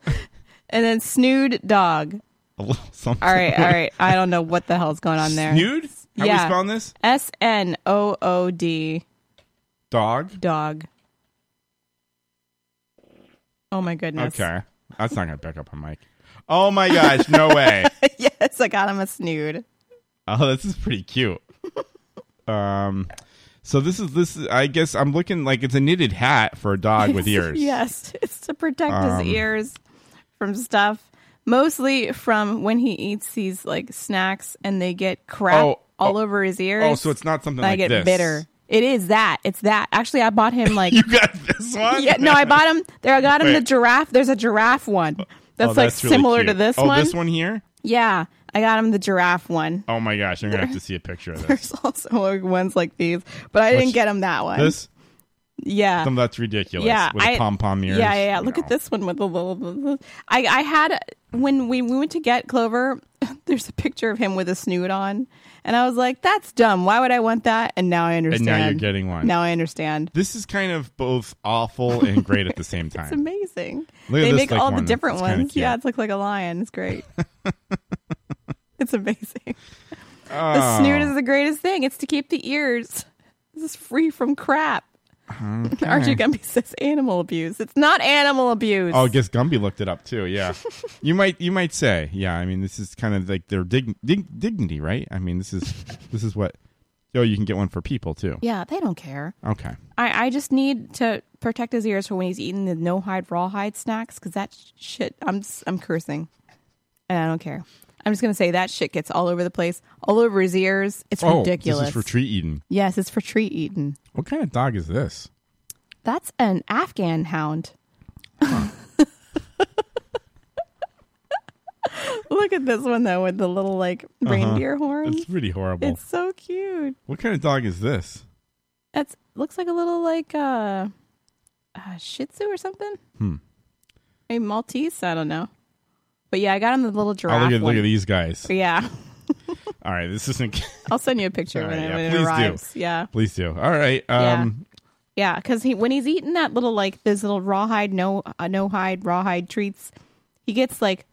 And then snood dog.
a little something.
All right, all right. I don't know what the hell's going on there.
Snood? How we
yeah.
spelling this?
S N O O D
Dog.
dog. Oh my goodness.
Okay. That's not gonna pick up on Mike. Oh my gosh! No way.
yes, I got him a snood.
Oh, this is pretty cute. um, so this is this. Is, I guess I'm looking like it's a knitted hat for a dog with ears.
yes, it's to protect
Um,
his ears from stuff, mostly from when he eats these like snacks and they get crap
Oh,
all over his ears.
oh, so it's not something
and I
like
get
this.
bitter. It is that. It's that. Actually, I bought him like you
got this one.
Yeah, no, I bought him. There, I got him the
Wait.
giraffe. There's a giraffe one that's,
Oh,
like
really
similar
cute.
to this
Oh,
one.
this one here.
Yeah, I got him the giraffe one.
Oh my gosh! I'm gonna have to see a picture of this.
There's also like ones like these, but I didn't
Which-
get him that one.
This.
yeah,
Some that's ridiculous.
Yeah,
with
I-
pom pom ears.
Yeah, yeah, yeah. Look at this one with the little. I I had when we, we went to get Clover. There's a picture of him with a snoot on, and I was like, "That's dumb. Why would I want that?" And now I
now
understand.
you're getting one.
Now I understand.
This is kind of both awful and great at the same
It's
time.
amazing.
Look at
they
this,
make
like,
all
one.
the different
It's kinda
ones.
cute.
Yeah, it's like like a lion. It's great. it's amazing. The
Oh.
snoot is the greatest thing. It's to keep the ears. This is free from crap.
Okay.
Archie Gumby says animal abuse. It's not animal abuse.
Oh, I guess Gumby looked it up too. Yeah, you might you might say, yeah. I mean, this is kind of like their dig- dig- dignity, right? I mean, this is this is what. Oh, you can get one for people too.
Yeah, they don't care.
Okay.
I, I just need to protect his ears for when he's eating the no hide rawhide snacks because that sh- shit. I'm s- I'm cursing, and I don't care. I'm just gonna say that shit gets all over the place, all over his ears. It's
oh,
ridiculous.
This is for tree eating.
yes, it's for treat eating.
What kind of dog is this?
That's an Afghan hound. Look at this one though, with the little like
Uh-huh.
reindeer horns.
It's pretty horrible.
It's so cute.
What kind of dog is this?
That's looks like a little like uh, uh Shih Tzu or something.
Hmm.
A Maltese. I don't know. But yeah, I got him the little
Oh,
giraffe.
look at
one.
look at these guys.
Yeah,
All right, this isn't.
I'll send you a picture
All
when,
right,
it,
yeah,
when it
please
arrives.
do.
Yeah,
Please do. All right. Um,
yeah, because he when he's eating that little like this little rawhide no uh, no hide rawhide treats, he gets like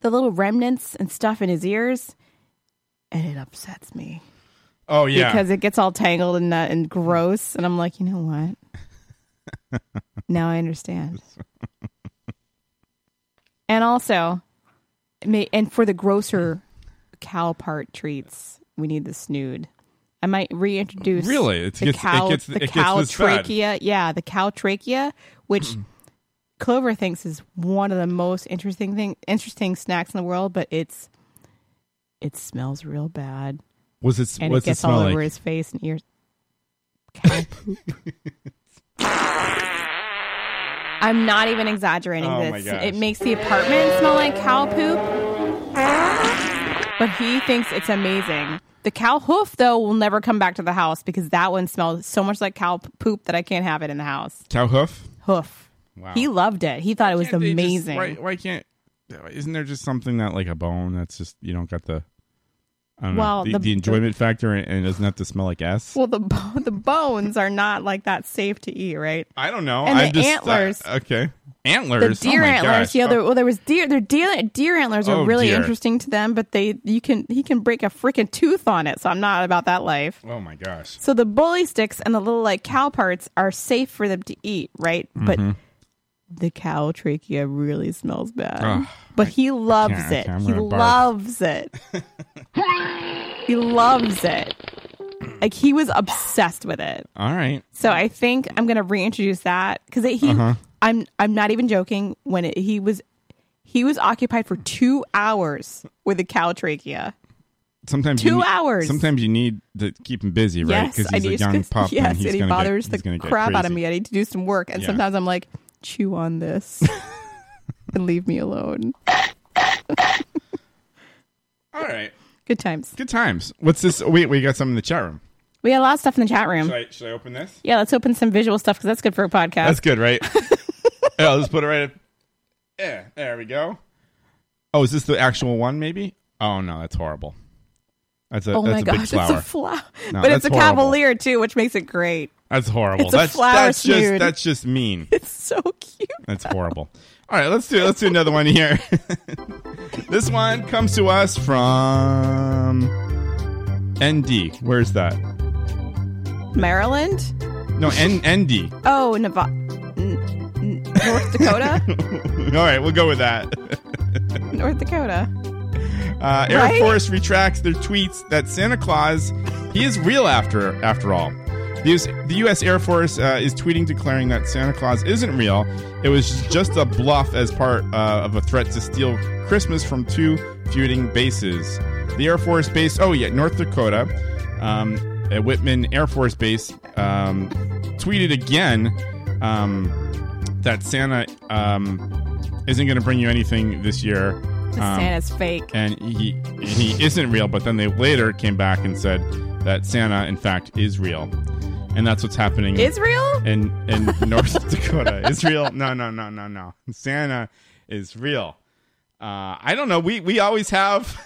the little remnants and stuff in his ears, and it upsets me.
Oh yeah.
because it gets all tangled and that and gross, and I'm like, you know what? now I understand. and also, it may, and for the grosser cow part treats, we need the snood. I might reintroduce
Really? It's-
the
it gets- it
cow
gets-
the
it gets
cow
this bad.
trachea. Yeah, the cow trachea, which
Mm.
Clover thinks is one of the most interesting thing interesting snacks in the world, but it's it smells real bad.
Was it-
And
what's
it
it
gets all
smell
over
like?
his face and ears. Cow poop. I'm not even exaggerating
Oh,
this.
my gosh.
It makes the apartment smell like cow poop. But he thinks it's amazing. The cow hoof though will never come back to the house because that one smells so much like cow poop that I can't have it in the house.
cow hoof.
Hoof.
Wow.
He loved it. He thought it was
Can't they just-
amazing.
why, why can't? Isn't there just something that like a bone that's just you don't got the. I don't
Well,
know, the,
the-
the, enjoyment factor and and it doesn't have to smell like ass.
Well, the bo- the bones are not like that safe to eat, right?
I don't know.
And
I'm
the
just,
antlers,
uh, okay. Antlers.
the deer
oh my
antlers.
Gosh.
Yeah, there, well, there was deer. Their deer deer antlers are
Oh,
really
dear.
interesting to them, but they you can he can break a freaking tooth on it. So I'm not about that life.
Oh my gosh.
So the bully sticks and the little like cow parts are safe for them to eat, right? But
Mhm.
the cow trachea really smells bad.
Ugh.
but he loves
can't-
it.
I'm
He
gonna barf.
loves it. he loves it. Like he was obsessed with it.
All right.
So I think I'm gonna reintroduce that because he,
Uh-huh.
I'm I'm not even joking. When it, he was, he was occupied for two hours with a cow trachea.
Sometimes you
Two
need-
hours.
Sometimes you need to keep him busy, right?
yes,
Because
I
he's a
need-
young pup.
Yes,
and, he's
he
gonna
bothers
get, he's
the
gonna get
crap out of
crazy.
me. I need to do some work, and
Yeah.
sometimes I'm like, chew on this and leave me alone.
All right.
Good times.
Good times. What's this? Wait, we got some in the chat room.
We got a lot of stuff in the chat room.
Should I, should I open this?
Yeah, let's open some visual stuff because that's good for a podcast.
That's good, right? yeah, I'll just put it right up. Yeah, there we go. Oh, is this the actual one, maybe? Oh, no, that's horrible. That's a,
oh
that's
my
a big
gosh,
flower.
it's a flower,
No,
but it's
that's
a
horrible.
cavalier too, which makes it great.
That's horrible.
It's a
that's
flower
that's just
snood.
that's just mean.
It's so cute.
That's horrible. All right, let's do let's do another one here. this one comes to us from ND. Where's that?
Maryland.
No, N- ND.
Oh, Nevada, North Dakota,
All right, we'll go with that.
North Dakota.
Uh, Air
Right?
Force retracts their tweets that Santa Claus, he is real after after all. The US, the U.S. Air Force uh, is tweeting declaring that Santa Claus isn't real. It was just a bluff as part uh, of a threat to steal Christmas from two feuding bases. The Air Force base, oh yeah, North Dakota, um, at Whitman Air Force Base, um, tweeted again um, that Santa um, isn't going to bring you anything this year. Um,
Santa's fake.
and he he isn't real. But then they later came back and said that Santa, in fact, is real, and that's what's happening.
Israel?
in in North Dakota. Israel? No, no, no, no, no. Santa is real. Uh, I don't know. We we always have.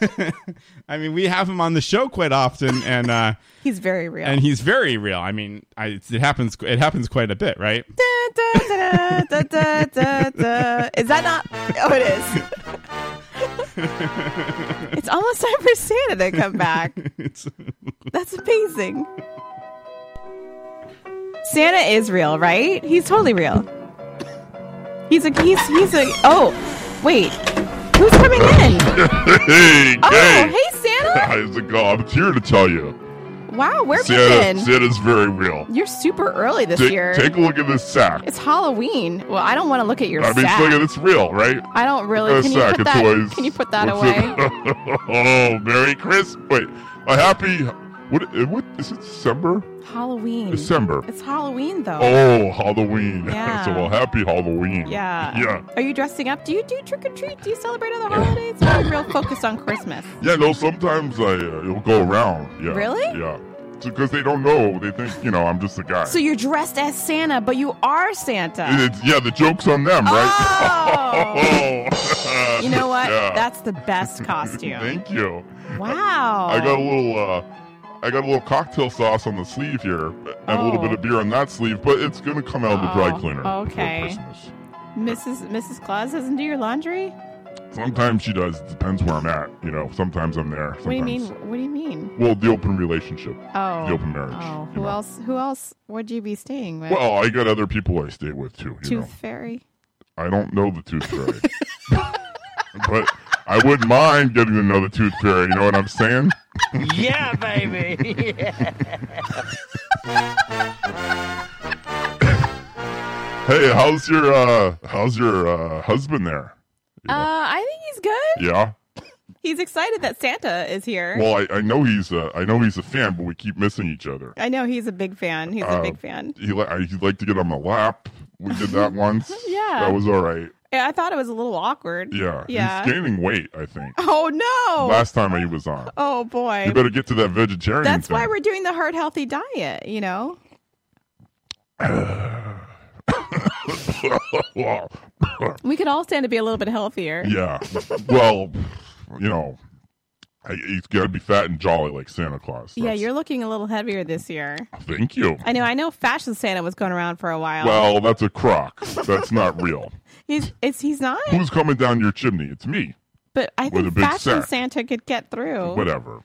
I mean, we have him on the show quite often, and uh,
He's very real.
and he's very real. I mean, I, it's- it happens. It happens quite a bit, right?
Da, da, da, da, da. Is that not? Oh, it is. It's almost time for Santa to come back.
It's-
That's amazing. Santa is real, right? He's totally real. He's a he's he's a oh wait. Who's coming in?
hey,
Oh,
gay.
hey Santa!
How's it going? I'm here to tell you.
Wow, we're
Santa,
big in.
Santa's very real.
You're super early this
Ta-
year.
Take a look at this sack.
It's Halloween. Well, I don't want to look at your
I mean,
sack.
look at it's real, right?
I don't really.
Look
Can
at
you,
that sack
put
of
that,
toys.
can you put that
What's
away?
in- oh, Merry Christmas. Wait, a happy. What, uh, what is it? December?
Halloween.
December.
It's Halloween though.
Oh, Halloween.
Yeah.
so, well, happy Halloween.
Yeah.
Yeah.
Are you dressing up? Do you do trick or treat? Do you celebrate other holidays? Or are you real focused on Christmas?
Yeah, no, sometimes I, uh, it'll go around. Yeah.
Really?
Yeah. because they don't know. They think, you know, I'm just a guy.
So you're dressed as Santa, but you are Santa.
It's- yeah, the joke's on them, right?
Oh. you know what?
Yeah.
That's the best costume.
Thank you.
Wow.
I got a little, uh, I got a little cocktail sauce on the sleeve here, and a little bit of beer on that sleeve, but it's gonna come out of the dry
Oh,
cleaner. before
Okay.
Christmas.
Mrs. Mrs. Claus doesn't do your laundry.
Sometimes she does. It depends where I'm at. You know, sometimes I'm there.
What do you mean?
sometimes-
What do you mean?
Well, the open relationship.
Oh.
The open marriage.
Oh. Who else? Who else would you be staying with?
Well, I got other people I stay with too. You
Tooth
know,
Fairy.
I don't know the tooth fairy, but I wouldn't mind getting to know the tooth fairy. You know what I'm saying?
yeah, baby.
Hey, how's your uh how's your uh husband there?
Uh, I think he's good.
Yeah.
He's excited that Santa is here.
Well, I, I know he's a I know he's a fan, but we keep missing each other.
I know he's a big fan. He's a
Uh,
big fan.
He li- I, he'd like to get on my lap. We did that once.
Yeah.
That was all right.
Yeah, I thought it was a little awkward.
Yeah.
Yeah.
He's gaining weight, I think.
Oh no.
Last time he was on.
oh boy.
You better get to that vegetarian
That's
thing.
why we're doing the heart healthy diet, you know? We could all stand to be a little bit healthier.
yeah. Well, you know, I, he's got to be fat and jolly like Santa Claus.
Yeah, you're looking a little heavier this year.
Thank you.
I know, I know Fashion Santa was going around for a while.
Well, that's a crock. That's not real.
he's it's, he's not,
Who's coming down your chimney? It's me.
but I
With a
think
big
Fashion
sack.
Santa could get through.
Whatever.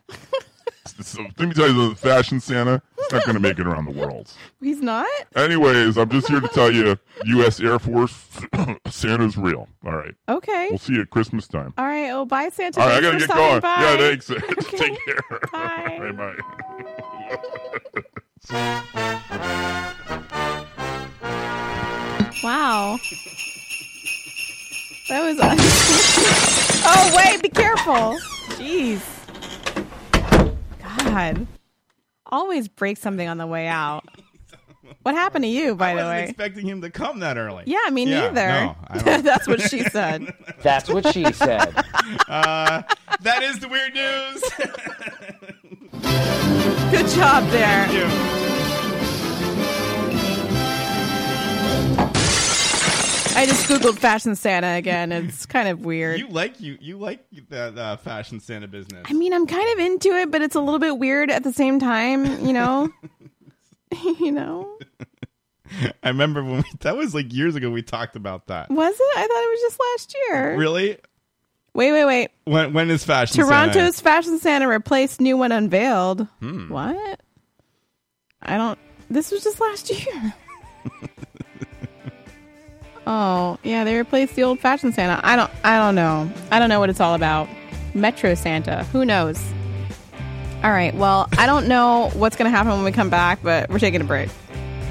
so, let me tell you, the fashion Santa, it's not going to make it around the world.
He's not?
Anyways, I'm just here to tell you, U.S. Air Force Santa's real. All right.
Okay.
We'll see you at Christmas time.
All right, oh, bye, Santa.
All right, I gotta
Thanks
get
for stopping
going.
by.
Yeah, thanks. Take care.
Bye.
All right, bye.
Wow. That was. oh, wait, be careful. Jeez. God. Always break something on the way out. What happened to you, by the
I wasn't
way?
expecting him to come that early.
Yeah, me neither.
no, I don't-
That's what she said.
That's what she said.
Uh, that is the weird news.
Good job there. I just Googled Fashion Santa again. It's kind of weird.
You like you you like that uh, fashion Santa business.
I mean, I'm kind of into it, but it's a little bit weird at the same time, you know? you know?
I remember when we, that was like years ago. We talked about that.
Was it? I thought it was just last year.
Really?
Wait, wait, wait.
When when is fashion?
Toronto's Fashion Santa replaced new one unveiled.
Hmm.
What? I don't. This was just last year. oh yeah, they replaced the old Fashion Santa. I don't. I don't know. I don't know what it's all about. Metro Santa. Who knows? All right. Well, I don't know what's gonna happen when we come back, but we're taking a break.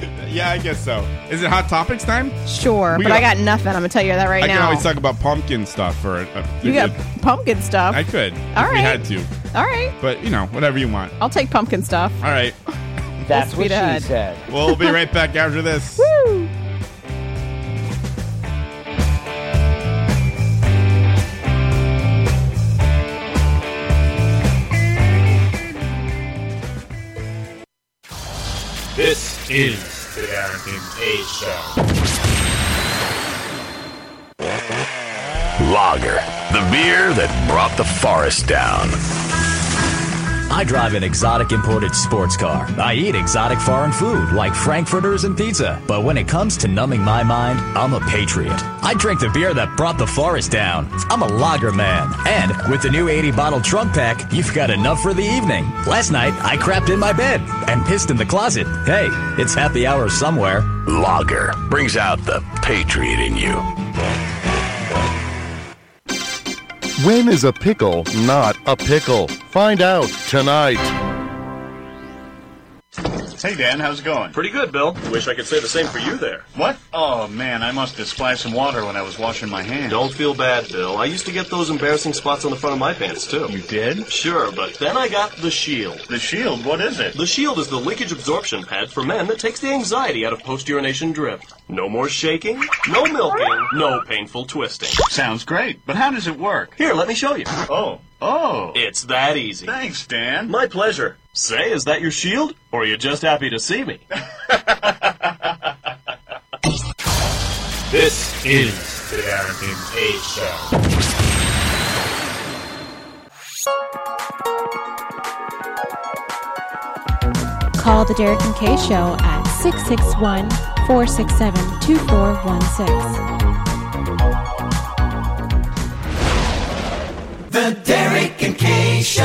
Santa? Yeah, I guess so. Is it hot topics time?
Sure,
We
but I
got-
got nothing. I'm gonna tell you that right
I can
now.
always talk about pumpkin stuff for. Uh,
you got pumpkin stuff.
I could.
All
if
right.
We had to,
all right.
but you know, whatever you want.
I'll take pumpkin stuff.
All right.
That's We'll what speed she ahead. said.
We'll be right back after this.
Woo!
This is the Darrington Page Show.
Lager, the beer that brought the forest down.
I drive an exotic imported sports car. I eat exotic foreign food like frankfurters and pizza. But when it comes to numbing my mind, I'm a patriot. I drink the beer that brought the forest down. I'm a lager man. And with the new 80 bottle trunk pack, you've got enough for the evening. Last night, I crapped in my bed and pissed in the closet. Hey, it's happy hour somewhere.
Lager brings out the patriot in you.
When is a pickle not a pickle? Find out tonight.
Hey, Dan, how's it going? Pretty good, Bill. Wish I could say the same for you there. What? Oh, man, I must have splashed some water when I was washing my hands.
Don't feel bad, Bill. I used to get those embarrassing spots on the front of my pants, too. You did? Sure, but then I got the Shield. The Shield? What is it? The Shield is the leakage absorption pad for men that takes the anxiety out of post urination drip. No more shaking, no milking, no painful twisting.
Sounds great, but how does it work?
Here, let me show you.
Oh, oh.
It's that easy.
Thanks, Dan.
My pleasure. Say, is that your shield? Or are you just happy to see me?
This is the Aaron A Show.
Call the Derek and Kay Show at 661 467 2416.
The Derek and Kay Show.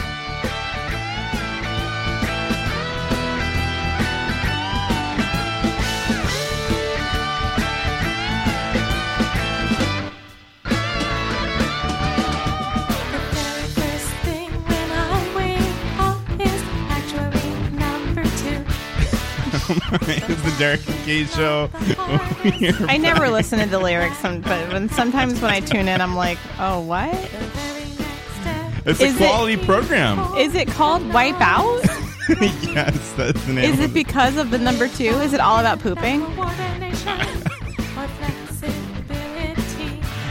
it's the Derek and Kay show.
I never listen to the lyrics, some- but when, sometimes when I tune in, I'm like, oh, what?
It's a
Is it-
quality program.
Is it called Wipeout?
yes, that's the name.
Is
of
it because of the number two? Is it all about pooping?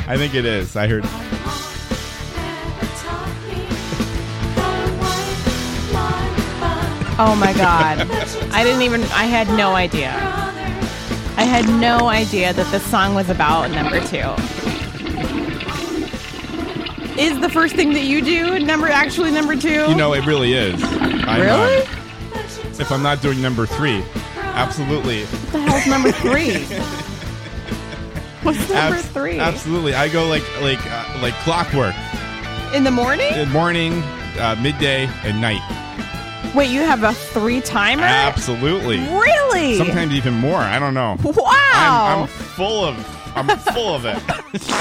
I think it is. I heard.
Oh my god. I didn't even I had no idea. I had no idea that this song was about number 2. Is the first thing that you do number actually number 2?
You know, it really is. I'm,
Really?
if I'm not doing number three, absolutely.
what the hell's number 3? What's number
Abs-
3?
Absolutely. I go like like uh, like clockwork.
In the morning?
Good morning, uh, midday, and night.
Wait, you have a 3 timer?
Absolutely.
Really?
Sometimes even more. I don't know.
Wow.
I'm, I'm full of. I'm full of it.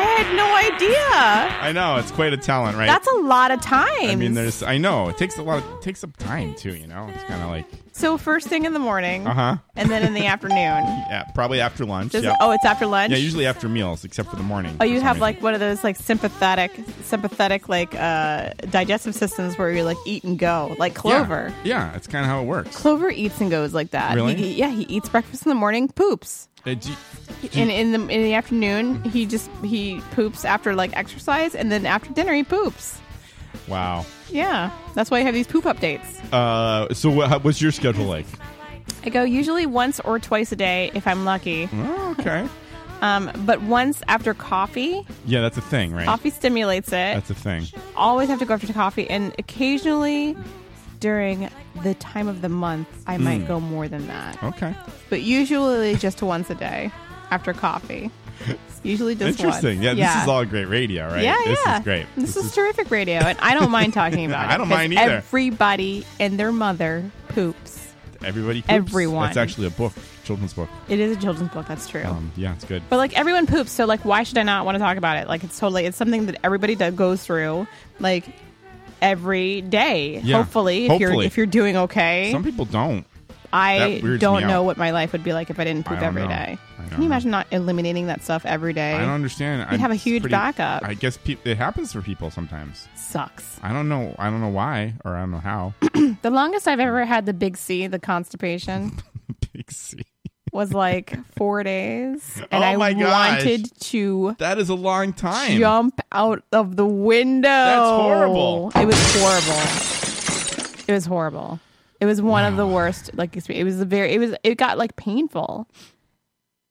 I had no idea.
I know it's quite a talent, right?
That's a lot of time.
I mean, there's. I know it takes a lot. Of, takes up time too. You know, it's kind of like.
so first thing in the morning
Uh huh.
and then in the afternoon.
Yeah, probably after lunch.
Does-
yeah.
oh, it's after lunch?
Yeah, usually after meals, except for the morning.
Oh,
for
you
some
have
reason.
like one of those like sympathetic, sympathetic like uh, digestive systems where you like eat and go, like Clover.
Yeah, it's kind of how it works.
Clover eats and goes like that.
Really?
He- he- yeah, he eats breakfast in the morning, poops,
Uh, do- do-
and in the in the afternoon
Mm-hmm.
he just he poops after like exercise, and then after dinner he poops.
wow.
Yeah, that's why I have these poop updates.
Uh, so what, how- what's your schedule like?
I go usually once or twice a day if I'm lucky.
Mm-hmm. Oh, okay.
um, but once after coffee,
Yeah, that's a thing, right?
coffee stimulates it.
That's a thing.
always have to go after coffee, and occasionally during the time of the month, I might
Mm.
go more than that.
Okay.
But usually just once a day after coffee. Usually just
Interesting.
once.
Yeah, this is all great radio, right?
Yeah,
This
yeah.
is great.
This, is, terrific radio, and I don't mind talking about it.
I don't
'cause
mind either.
Everybody and their mother poops.
Everybody. Poops.
Everyone.
That's actually a book, children's book.
It is a children's book. That's true.
Um, yeah, it's good.
But like everyone poops, so like why should I not want to talk about it? Like it's totally it's something that everybody that goes through like every day.
Yeah.
Hopefully, if you're
Hopefully.
if you're doing okay.
Some people don't.
I
that weirds me
don't know
out.
what my life would be like if I didn't
I
poop
don't
every
know.
day.
I don't
Can you imagine not eliminating that stuff every day?
I don't understand.
You'd
I-
have a
it's
huge
pretty-
backup.
I guess peop it happens for people sometimes.
Sucks.
I don't know. I don't know why, or I don't know how.
The longest I've ever had the big C, the constipation,
Big C.
was like four days, and
Oh
I
my gosh.
wanted to
That is a long time.
jump out of the window. That's
horrible.
It was horrible. It was horrible. It was one of the worst. Like experience. it was the very. It was. It got like painful,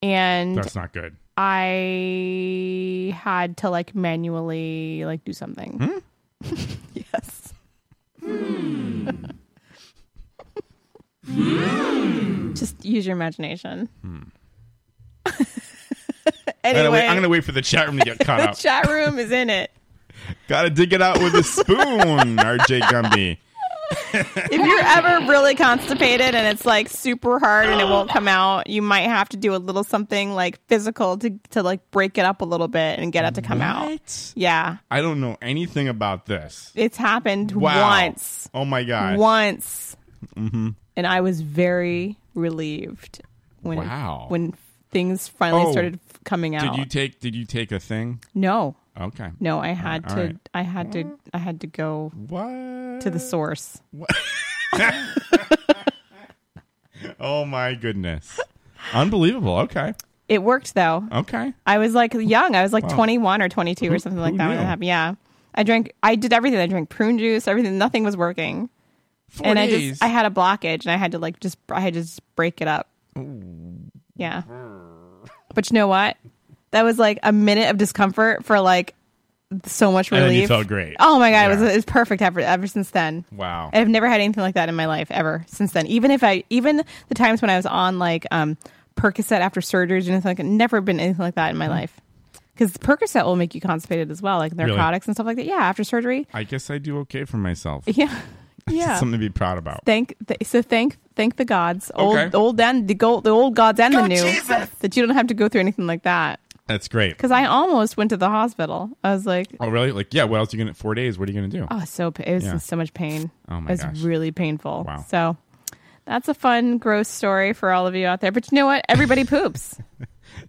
and
That's not good.
I had to like manually like do something.
Hmm?
yes. Just use your imagination.
I'm
anyway,
gonna Hmm. wait- I'm gonna wait for the chat room to get caught
the
up.
chat room is in it.
Gotta dig it out with a spoon, RJ Gumby.
If you're ever really constipated and it's like super hard and it won't come out, you might have to do a little something like physical to to like break it up a little bit and get it to come out. Yeah,
I don't know anything about this.
it's happened
Wow.
once.
Oh my god.
once,
Mhm.
and I was very relieved when
Wow.
when things finally
Oh.
started f- coming out.
Did you take? Did you take a thing?
no,
Okay.
no, I
All
had
right, all
to,
right.
I had to, I had to go to the source.
Oh my goodness. Unbelievable. Okay.
It worked though.
Okay.
I was like young. I was like
Wow.
21 or 22 or something like
who
that when it
knew?
happened. Yeah. I drank I did everything. I drank prune juice, everything. Nothing was working.
Four
and I
days.
just I had a blockage and I had to like just I had to just break it up. Yeah. But you know what? That was like a minute of discomfort for like so much
And
relief.
then you felt great.
Oh my god, it was it was perfect ever ever since then.
Wow.
I've never had anything like that in my life ever since then. Even if I, even the times when I was on like um, Percocet after surgeries and anything like that, never been anything like that in my life. Because Percocet will make you constipated as well, like
Mm-hmm. Really?
narcotics and stuff like that. Yeah, after surgery.
I guess I do okay for myself.
Yeah, yeah.
Something to be proud about.
Thank th- so thank thank the gods, old
Okay.
old and the gold, the old gods and the
God,
new,
Jesus!
that you don't have to go through anything like that.
That's great.
Because I almost went to the hospital. I was like,
Oh, really? Like, yeah. What else are you gonna? Four days. What are you gonna do?
Oh, it's so pa- it was
Yeah.
in so much pain.
Oh my
it was
gosh.
really painful.
Wow.
So that's a fun, gross story for all of you out there. But you know what? Everybody poops.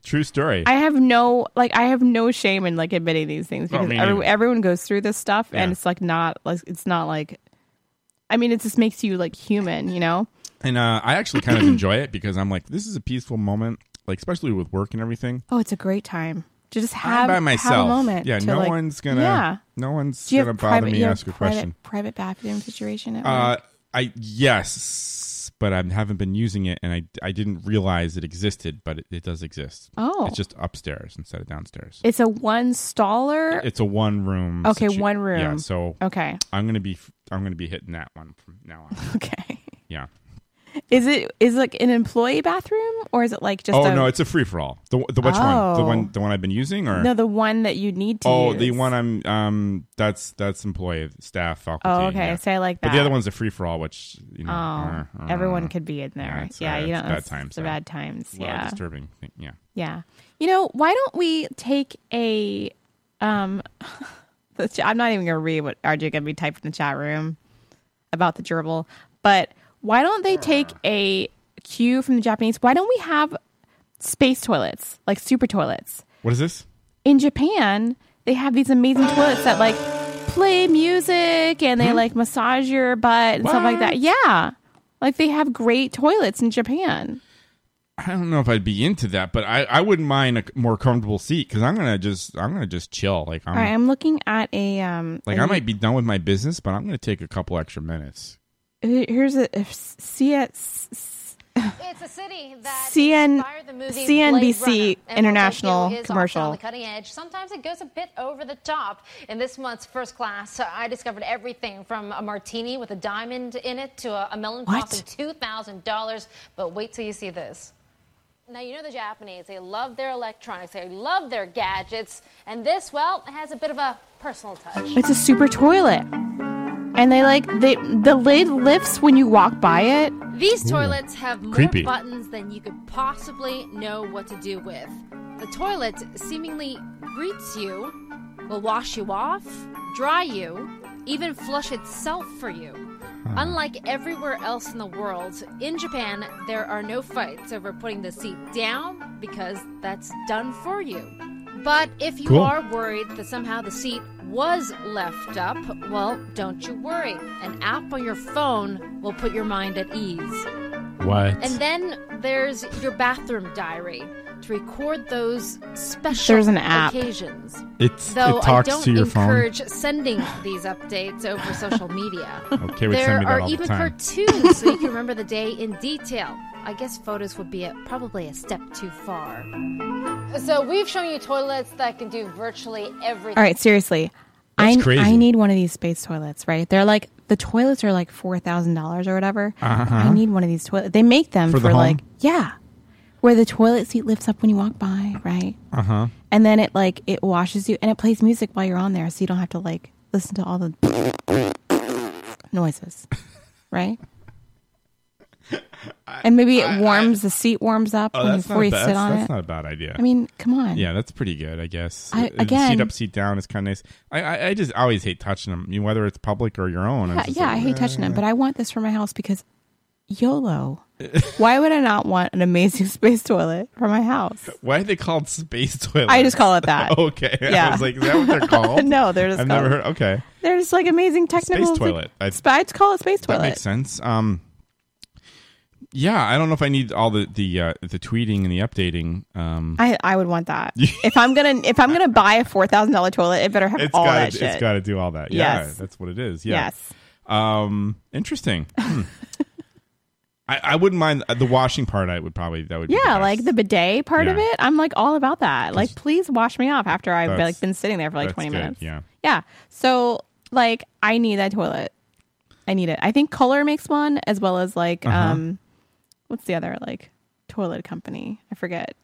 True story.
I have no like I have no shame in like admitting these things
Oh,
because
me
every-
neither.
everyone goes through this stuff and
Yeah.
it's like not like it's not like I mean it just makes you like human, you know?
and uh, I actually kind of enjoy it because I'm like, this is a peaceful moment. Like, especially with work and everything.
Oh, it's a great time to just
I'm
have,
by
have
myself.
a moment.
Yeah,
to,
no
like-
one's gonna-
Yeah.
no one's
Do you have
gonna bother
private-
me
you have
ask a
private-
question.
Private bathroom situation at work?
Uh, I yes, but I haven't been using it, and I I didn't realize it existed, but it, it does exist.
Oh.
it's just upstairs instead of downstairs.
It's a one staller.
It's a one room.
Okay, one room.
Yeah, so
Okay.
I'm gonna be I'm gonna be hitting that one from now on.
Okay.
Yeah.
Is it is it like an employee bathroom or is it like just?
oh
a,
no, it's a free for all. The the which one? The
Oh.
one the one I've been using or
no the one that you need to.
Oh, the
use.
one I'm um that's that's employee staff faculty.
Oh, okay.
yeah.
So I like
But the
that.
other one's a free for all, which you know.
Oh,
uh, uh,
everyone could be in there.
it's,
Yeah,
uh,
you
it's
don't.
Bad
Bad
times.
times. The
uh,
bad times.
a lot of
Yeah.
disturbing. Thing. Yeah.
Yeah. You know, why don't we take a um the ch- I'm not even going to read what RJ going to be typed in the chat room about the gerbil, but why don't they take a cue from the Japanese? Why don't we have space toilets, like super toilets?
What is this?
In Japan, they have these amazing toilets that like play music and they like massage your butt and stuff like that. Yeah. Like they have great toilets in Japan.
I don't know if I'd be into that, but I, I wouldn't mind a more comfortable seat because I'm gonna just I'm gonna just chill. Like I'm
All right, I'm looking at a um
Hmm. like
a
I might be done with my business, but I'm gonna take a couple extra minutes.
Here- Here's a if CS
It's a city that
CN
inspired the movie
CNBC
Blade Runner, and what they
international
do is often
commercial.
on the cutting edge. Sometimes it goes a bit over the top. In this month's first class, I discovered everything from a martini with a diamond in it to a, a melon costing two thousand dollars. But wait till you see this. Now you know the Japanese. They love their electronics. They love their gadgets. And this, well, has a bit of a personal touch.
it's a super toilet. And they like they the lid lifts when you walk by it.
These toilets have more
Creepy.
buttons than you could possibly know what to do with. The toilet seemingly greets you, will wash you off, dry you, even flush itself for you. Unlike everywhere else in the world, in Japan, there are no fights over putting the seat down because that's done for you. But if you
Cool.
are worried that somehow the seat was left up, well, don't you worry. An app on your phone will put your mind at ease.
What?
And then there's your bathroom diary to record those special
There's an app.
occasions.
It's- it
Though
talks
I don't
to your phone?
encourage sending these updates over social media.
Okay, would
there
send me that
are
all the
even
time.
cartoons so you can remember the day in detail. I guess photos would be a, probably a step too far.
So we've shown you toilets that can do virtually everything.
All right, seriously. I
That's crazy.
I need one of these space toilets, right? They're like the toilets are like $4,000 or whatever.
Uh-huh.
I need one of these toilets. They make them
For
for,
the home?
like yeah. Where the toilet seat lifts up when you walk by, right?
Uh huh.
And then it like it washes you and it plays music while you're on there so you don't have to like listen to all the noises, right? and maybe it warms the seat warms up
Oh,
when-
that's not
before
a
you
bad,
sit
that's,
on
that's
it.
not a bad idea.
I mean, come on.
Yeah, that's pretty good, I guess.
I-
Uh, the
again-
seat up, seat down is kind of nice. I, I I just always hate touching them, I mean, whether it's public or your own. I'm
yeah,
just
Uh, yeah,
like,
I hate touching them,
"Eh."
but I want this for my house because YOLO. Why would I not want an amazing space toilet for my house?
Why are they called space toilets?
I just call it that.
okay.
Yeah.
I was like, is that what they're called?
No, they're just
I've never
called-
heard. Okay.
They're just like amazing
Space
technical.
toilet. I,
Like, sp- I'd call it space
that
toilet.
makes sense. Um, yeah, I don't know if I need all the the uh, the tweeting and the updating. Um,
I I would want that. if I'm gonna if I'm gonna buy a four thousand dollar toilet, it better have
it's
all
gotta,
that shit.
It's got to do all that. Yeah,
Yes.
that's what it is. Yeah.
Yes.
Um, interesting. Hmm. I, I wouldn't mind uh, the washing part. I would probably that would. be
Yeah,
the best.
like the bidet part of
Yeah.
it. I'm like all about that. Like, please wash me off after I've
That's-
like been sitting there for like
that's
20
good,
minutes.
yeah.
Yeah. So like I need that toilet. I need it. I think Kohler makes one as well as like
Uh-huh.
um what's the other like toilet company? I forget.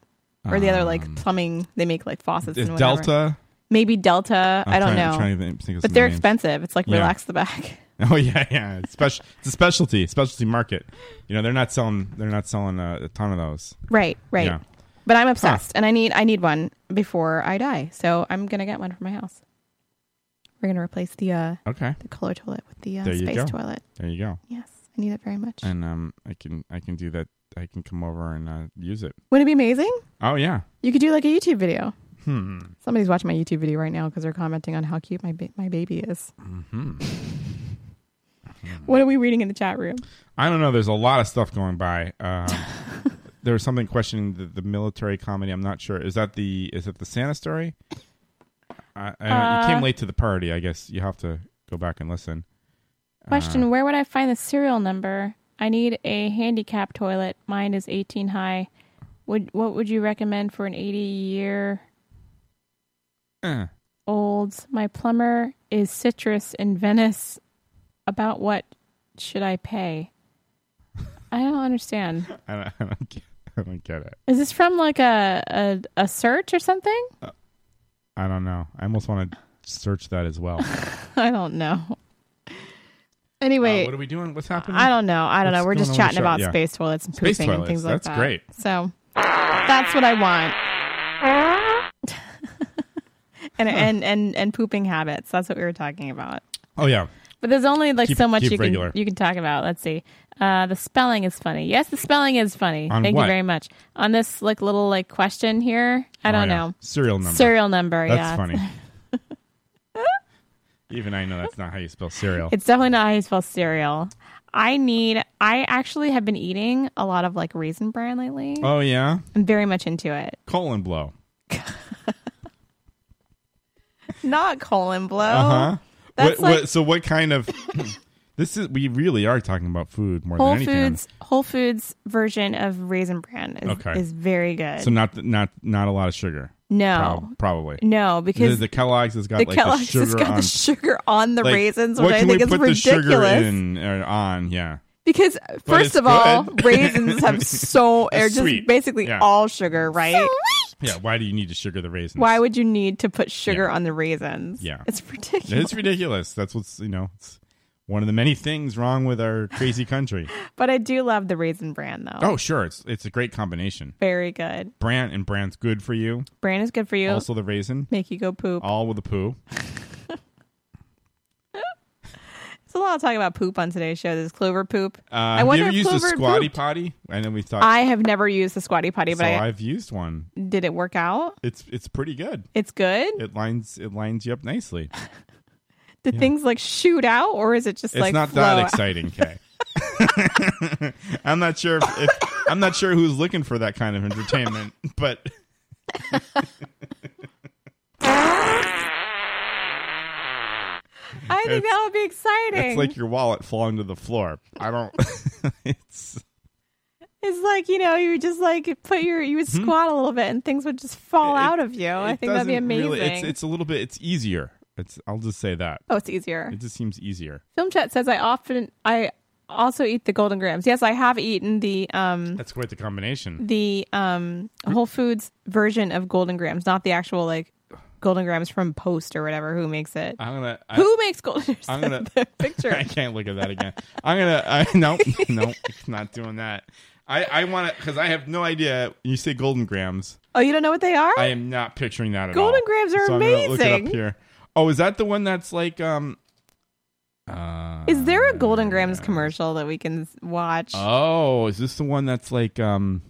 Or the other like plumbing, they make like faucets.
Um, is
and whatever.
Delta?
Maybe Delta.
I'm
I don't
trying-
know.
I'm trying to think- think of some
but they're
names.
expensive. It's like
Yeah.
relax the back.
Oh yeah, yeah. It's special. It's a specialty, specialty market. You know, they're not selling. They're not selling uh, a, a ton of those.
Right, right.
Yeah.
But I'm obsessed, and I need I need one before I die. So I'm gonna get one for my house. We're gonna replace the uh
Okay.
the color toilet with the uh,
there you
space
go.
toilet.
There you go.
Yes, I need it very much.
And um, I can I can do that. I can come over and uh, use it.
Wouldn't it be amazing?
Oh yeah.
You could do like a YouTube video.
Hmm.
Somebody's watching my YouTube video right now because they're commenting on how cute my ba- my baby is.
Hmm.
What are we reading in the chat room?
I don't know. There's a lot of stuff going by. Um, there was something questioning the, the military comedy. I'm not sure. Is that the is it the Santa story? I, I don't know. you
Uh,
came late to the party. I guess you have to go back and listen.
Question,
Where would I find the serial number? I need a handicap toilet. Mine is 18 high. Would what would you recommend for an 80 year
Uh,
Olds. My plumber is Citrus in Venice. About what should I pay? I don't understand.
I, don't, I don't get. I don't get it.
Is this from like a a, a search or something?
I don't know. I almost want to search that as well.
I don't know. Anyway,
Uh, what are we doing? What's happening?
I don't know. I don't
What's
know. We're
going
just
on with
chatting
the show?
about
Yeah.
space toilets and pooping
Space
and
toilets.
things like
That's
that.
great.
So that's what I want. and, and and and pooping habits. That's what we were talking about.
Oh yeah.
But there's only like
Keep-
so much
keep
you
regular.
can you can talk about. Let's see. Uh, the spelling is funny. Yes, the spelling is funny.
On
Thank
what?
you very much. On this like little like question here, I
Oh,
don't
yeah.
know.
Serial number.
Serial number.
That's
yeah.
funny. Even I know that's not how you spell cereal.
It's definitely not how you spell cereal. I need. I actually have been eating a lot of like raisin bran lately.
oh yeah.
I'm very much into it.
Colon blow.
Not colon blow.
Uh-huh.
That's
What, what-
like-
so what kind of this is we really are talking about food more
Whole
than anything. on
Foods. Whole Foods version of raisin bran is,
Okay.
is very good.
this. So not not not a lot of sugar.
No.
Prob- probably.
No, because
the, the Kellogg's has got
the
like
Kellogg's
the sugar
has got
on
the sugar on the
like,
raisins,
what
which I
can
think
we
is
put
ridiculous.
The sugar in, or on, yeah.
Because
it's
first of all,
good.
raisins have so are
It's
just
sweet.
basically
Yeah.
all sugar, right?
Yeah, why do you need to sugar the raisins?
Why would you need to put sugar on the raisins?
Yeah.
it's ridiculous.
It's ridiculous. That's what's, you know, it's one of the many things wrong with our crazy country.
But I do love the raisin bran though.
oh, sure. It's it's a great combination.
very good.
Bran and bran's good for you.
Bran is good for you.
Also the raisin.
Make you go poop.
All with the poo. Uh,
There's a lot of talk about poop on today's show. There's clover poop.
Uh,
I
have you
wonder
ever
if
used a
clover
squatty
pooped.
potty? I know we thought
I have never used the squatty potty,
so
but I,
I've used one.
did it work out?
It's it's pretty good.
It's good.
It lines it lines you up nicely.
Do things like shoot out, or is it just
it's
like
not
flow
that
out?
exciting, Kay. I'm not sure if, if I'm not sure who's looking for that kind of entertainment, but
I think
It's-
that would be exciting.
it's like your wallet falling to the floor. I don't. it's
It's like you know, you would just like put your you would squat a little bit, and things would just fall out of you. Oh, I
Hmm? it
think that'd be
doesn't
amazing.
really- it's it's a little bit. It's easier. It's I'll just say that.
oh, it's easier.
It just seems easier.
Film chat says I often I also eat the golden grams. Yes, I have eaten the um
That's quite the combination.
the um Whole Foods version of golden grams, not the actual like golden grams from Post or whatever who makes it.
I'm gonna. I,
who makes golden?
I'm gonna
the picture.
I can't look at that again. I'm gonna. I, no, no, it's not doing that. I I want to because I have no idea. You say golden grams.
oh, you don't know what they are?
I am not picturing that at all.
Golden grams are
So I'm gonna look it up
amazing.
here. Oh, is that the one that's like um? Uh,
Is there a golden grams commercial that we can watch?
oh, is this the one that's like um?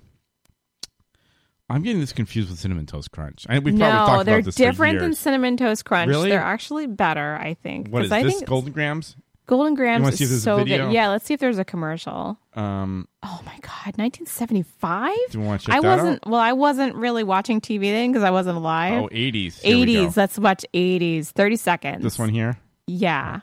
I'm getting this confused with cinnamon toast crunch. I, we've
no,
probably talked
they're
about this for
different than
years.
cinnamon toast crunch.
Really?
They're actually better, I think.
What
'cause
is
I
this
think
golden grams?
Golden Grams
wanna
is
see if there's a
so
video?
good. Yeah, let's see if there's a commercial.
Um,
Oh my god, 1975.
Do you wanna check
I
that
wasn't. Well, I wasn't really watching TV then because I wasn't alive.
oh, 80s. Here we go.
80s. Let's watch 80s. 30 seconds.
This one here.
Yeah.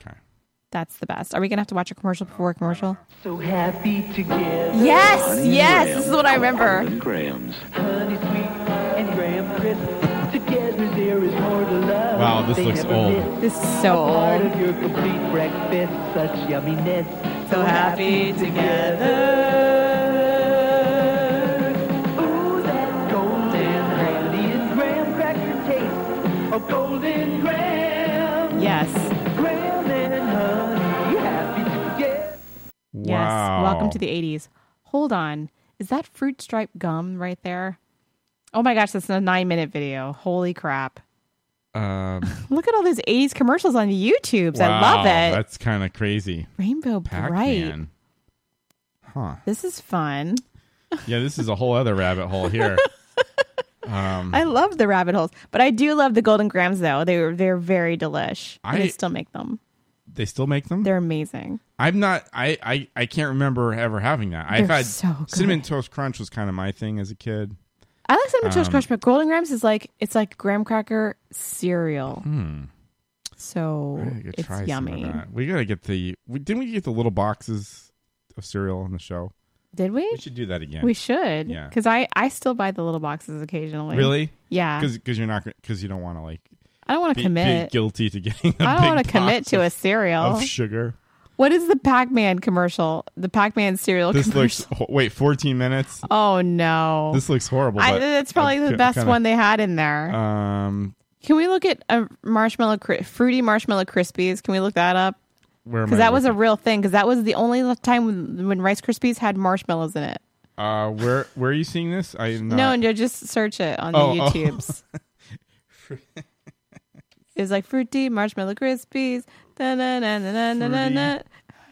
That's the best. Are we gonna have to watch a commercial before a commercial?
So happy together.
Yes, yes. This is what I remember.
Grams. Honey sweet and graham crisp. Together there is more to love.
Wow, this
They
looks
never
old.
miss.
This is so
A part
old.
of your complete breakfast, such yumminess.
So happy
together. Ooh, that golden honey and graham cracker taste. A golden graham.
Yes.
Graham and honey, happy together.
Yes. Welcome to the 80s. Hold on. Is that fruit stripe gum right there? Oh my gosh, that's a nine minute video. Holy crap.
Um,
Look at all those 80s commercials on the YouTubes. I
wow,
love it.
That's kind of crazy.
Rainbow Bright.
Pac-Man. Huh.
This is fun.
Yeah, this is a whole other rabbit hole here. Um,
I love the rabbit holes, but I do love the Golden Grams though. They were they're very delish. and
I-
I still make them.
they still make them.
They're amazing.
I'm not. I, I I can't remember ever having that. I've
They're
had
so good.
cinnamon toast crunch was kind of my thing as a kid.
I like cinnamon toast
Um,
crunch, but Golden Grams is like it's like graham cracker cereal.
Hmm.
So
I gotta
it's
try some of
yummy.
that. We gotta get the. We, didn't we get the little boxes of cereal on the show?
Did we?
We should do that again.
We should.
Yeah.
Because I, I still buy the little boxes occasionally.
Really?
Yeah.
Because you're not because you don't want to like.
I don't want
be-
to
be
commit.
guilty to getting. I
I don't want to commit to a cereal.
of sugar.
what is the Pac Man commercial? The Pac Man cereal
This
commercial.
looks. ho- Wait, 14 minutes.
oh, no.
This looks horrible.
I,
but
that's probably
I'm
the
ki-
best
kinda-
one they had in there.
Um,
Can we look at a marshmallow, cri- fruity marshmallow crispies? Can we look that up?
where am
Because
I
that was a
looking?
real thing. Because that was the only l- time when, when Rice Krispies had marshmallows in it.
Uh, where where are you seeing this? I am not.
No, no, just search it on
Oh,
the
oh.
YouTubes. it was like fruity marshmallow crispies. Da, na, na, na, na, na, na, na.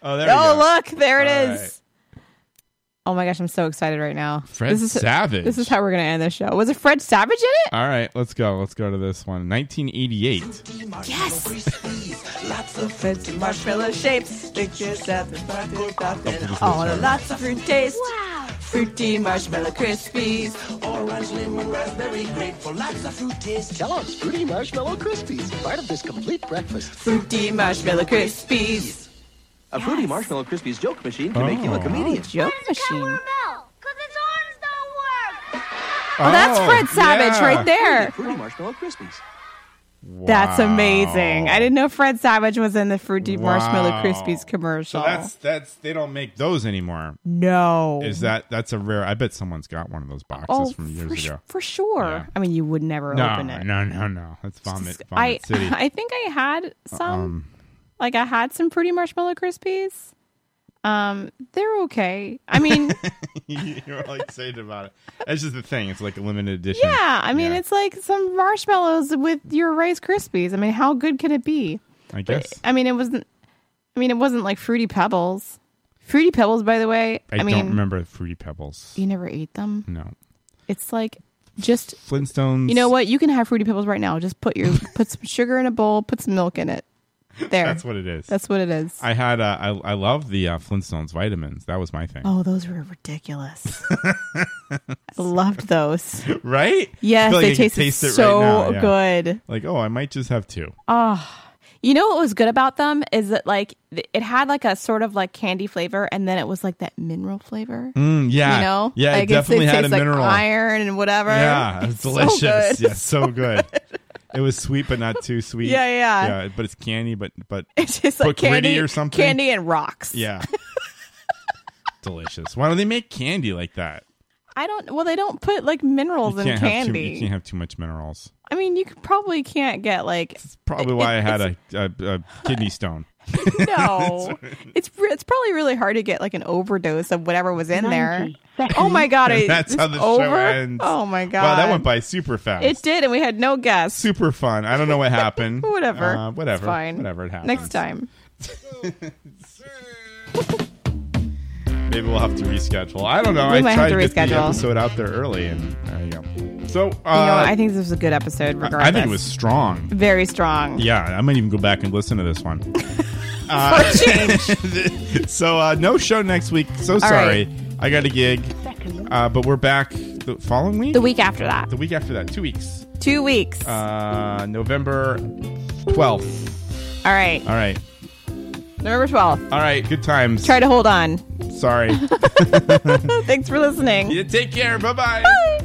Oh, there.
Oh,
we go.
look, there it
All
is.
right.
Oh my gosh, I'm so excited right now.
Fred
this is,
Savage.
This is how we're gonna end the show. Was it Fred Savage in it?
All right, let's go. Let's go to this one. 1988.
Lots of fancy marshmallow shapes. Pictures of the
this
all
looks
lots of fruit taste. Wow. Fruity marshmallow crispies.
Orange, lemon, raspberry, grape for lots of fruit taste. Kellogg's Fruity Marshmallow Krispies, part of this complete breakfast.
Fruity marshmallow crispies.
A fruity marshmallow Krispies joke machine can make you a comedian.
Joke machine.
Oh,
Oh, that's Fred Savage
yeah.
right there.
Fruity marshmallow Krispies.
That's
Wow.
amazing. I didn't know Fred Savage was in the Fruity
Wow.
Marshmallow Krispies commercial.
So that's that's they don't make those anymore.
no.
Is that that's a rare? I bet someone's got one of those boxes
oh,
from
for,
years
sh-
ago.
for sure. I mean, you would never
No,
open it.
no, no, no. That's vomit. vomit
I
city.
I think I had some.
Um,
Like I had some Fruity Marshmallow Krispies. Um, they're okay. I mean,
you're all excited about it. That's just the thing. It's like a limited edition.
yeah. I mean, it's like some marshmallows with your Rice Krispies. I mean, how good can it be?
I guess.
I mean, it wasn't. I mean, it wasn't like Fruity Pebbles. Fruity Pebbles, by the way.
I,
I, mean,
don't remember Fruity Pebbles.
you never ate them.
No.
It's like just
Flintstones.
you know what? You can have Fruity Pebbles right now. Just put your put some sugar in a bowl, put some milk in it. There.
That's what it is.
That's what it is.
I had. Uh, I I love the uh, Flintstones vitamins. That was my thing.
Oh, those were ridiculous. I loved those.
Right?
Yes,
I feel like
they
I could
tasted
taste it right
so
now, yeah.
good.
Like, oh, I might just have two.
Oh. You know what was good about them is that like th- it had like a sort of like candy flavor and then it was like that mineral flavor.
Mm, yeah.
You know?
Yeah, it
like
definitely had
tastes
a
like
mineral.
iron and whatever.
Yeah, it's
so
delicious.
good.
Yeah, so good. It was sweet, but not too sweet.
Yeah, yeah.
yeah. But it's candy, but but
It tastes
but
like candy
gritty or something.
Candy and rocks.
Yeah, delicious. Why don't they make candy like that?
I don't well they don't put like minerals in
have too, you
candy.
can't have too much minerals.
I mean, you could, probably can't get like
Probably why I had a, a, a kidney stone.
no. it's re- it's probably really hard to get like an overdose of whatever was in there. Oh my god, I,
And that's how
it's
the
over?
show ends.
Oh my god,
Wow, that went by super fast.
It did, and we had no guests.
super fun. I don't know what happened.
Whatever,
Uh,
It's
whatever.
fine.
Whatever it happens.
Next time.
Maybe we'll have to reschedule. I don't know.
We
I
might
tried
have
to
to
get the
reschedule.
episode out there early, and there you go. So, uh,
you know, what? I think this was a good episode. Regardless,
I think it was strong.
very strong.
Yeah, I might even go back and listen to this one. Uh,
For
so uh, no show next week. So
All
sorry,
right.
I got a gig. Uh, but we're back the following week.
The week after that.
The week after that. Two weeks.
Two weeks.
Uh, November twelfth.
All right.
All right.
November 12th.
All right. Good times.
Try to hold on.
Sorry.
Thanks for listening.
you take care. Bye bye.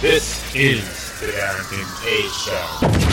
This is the Darrington A Show.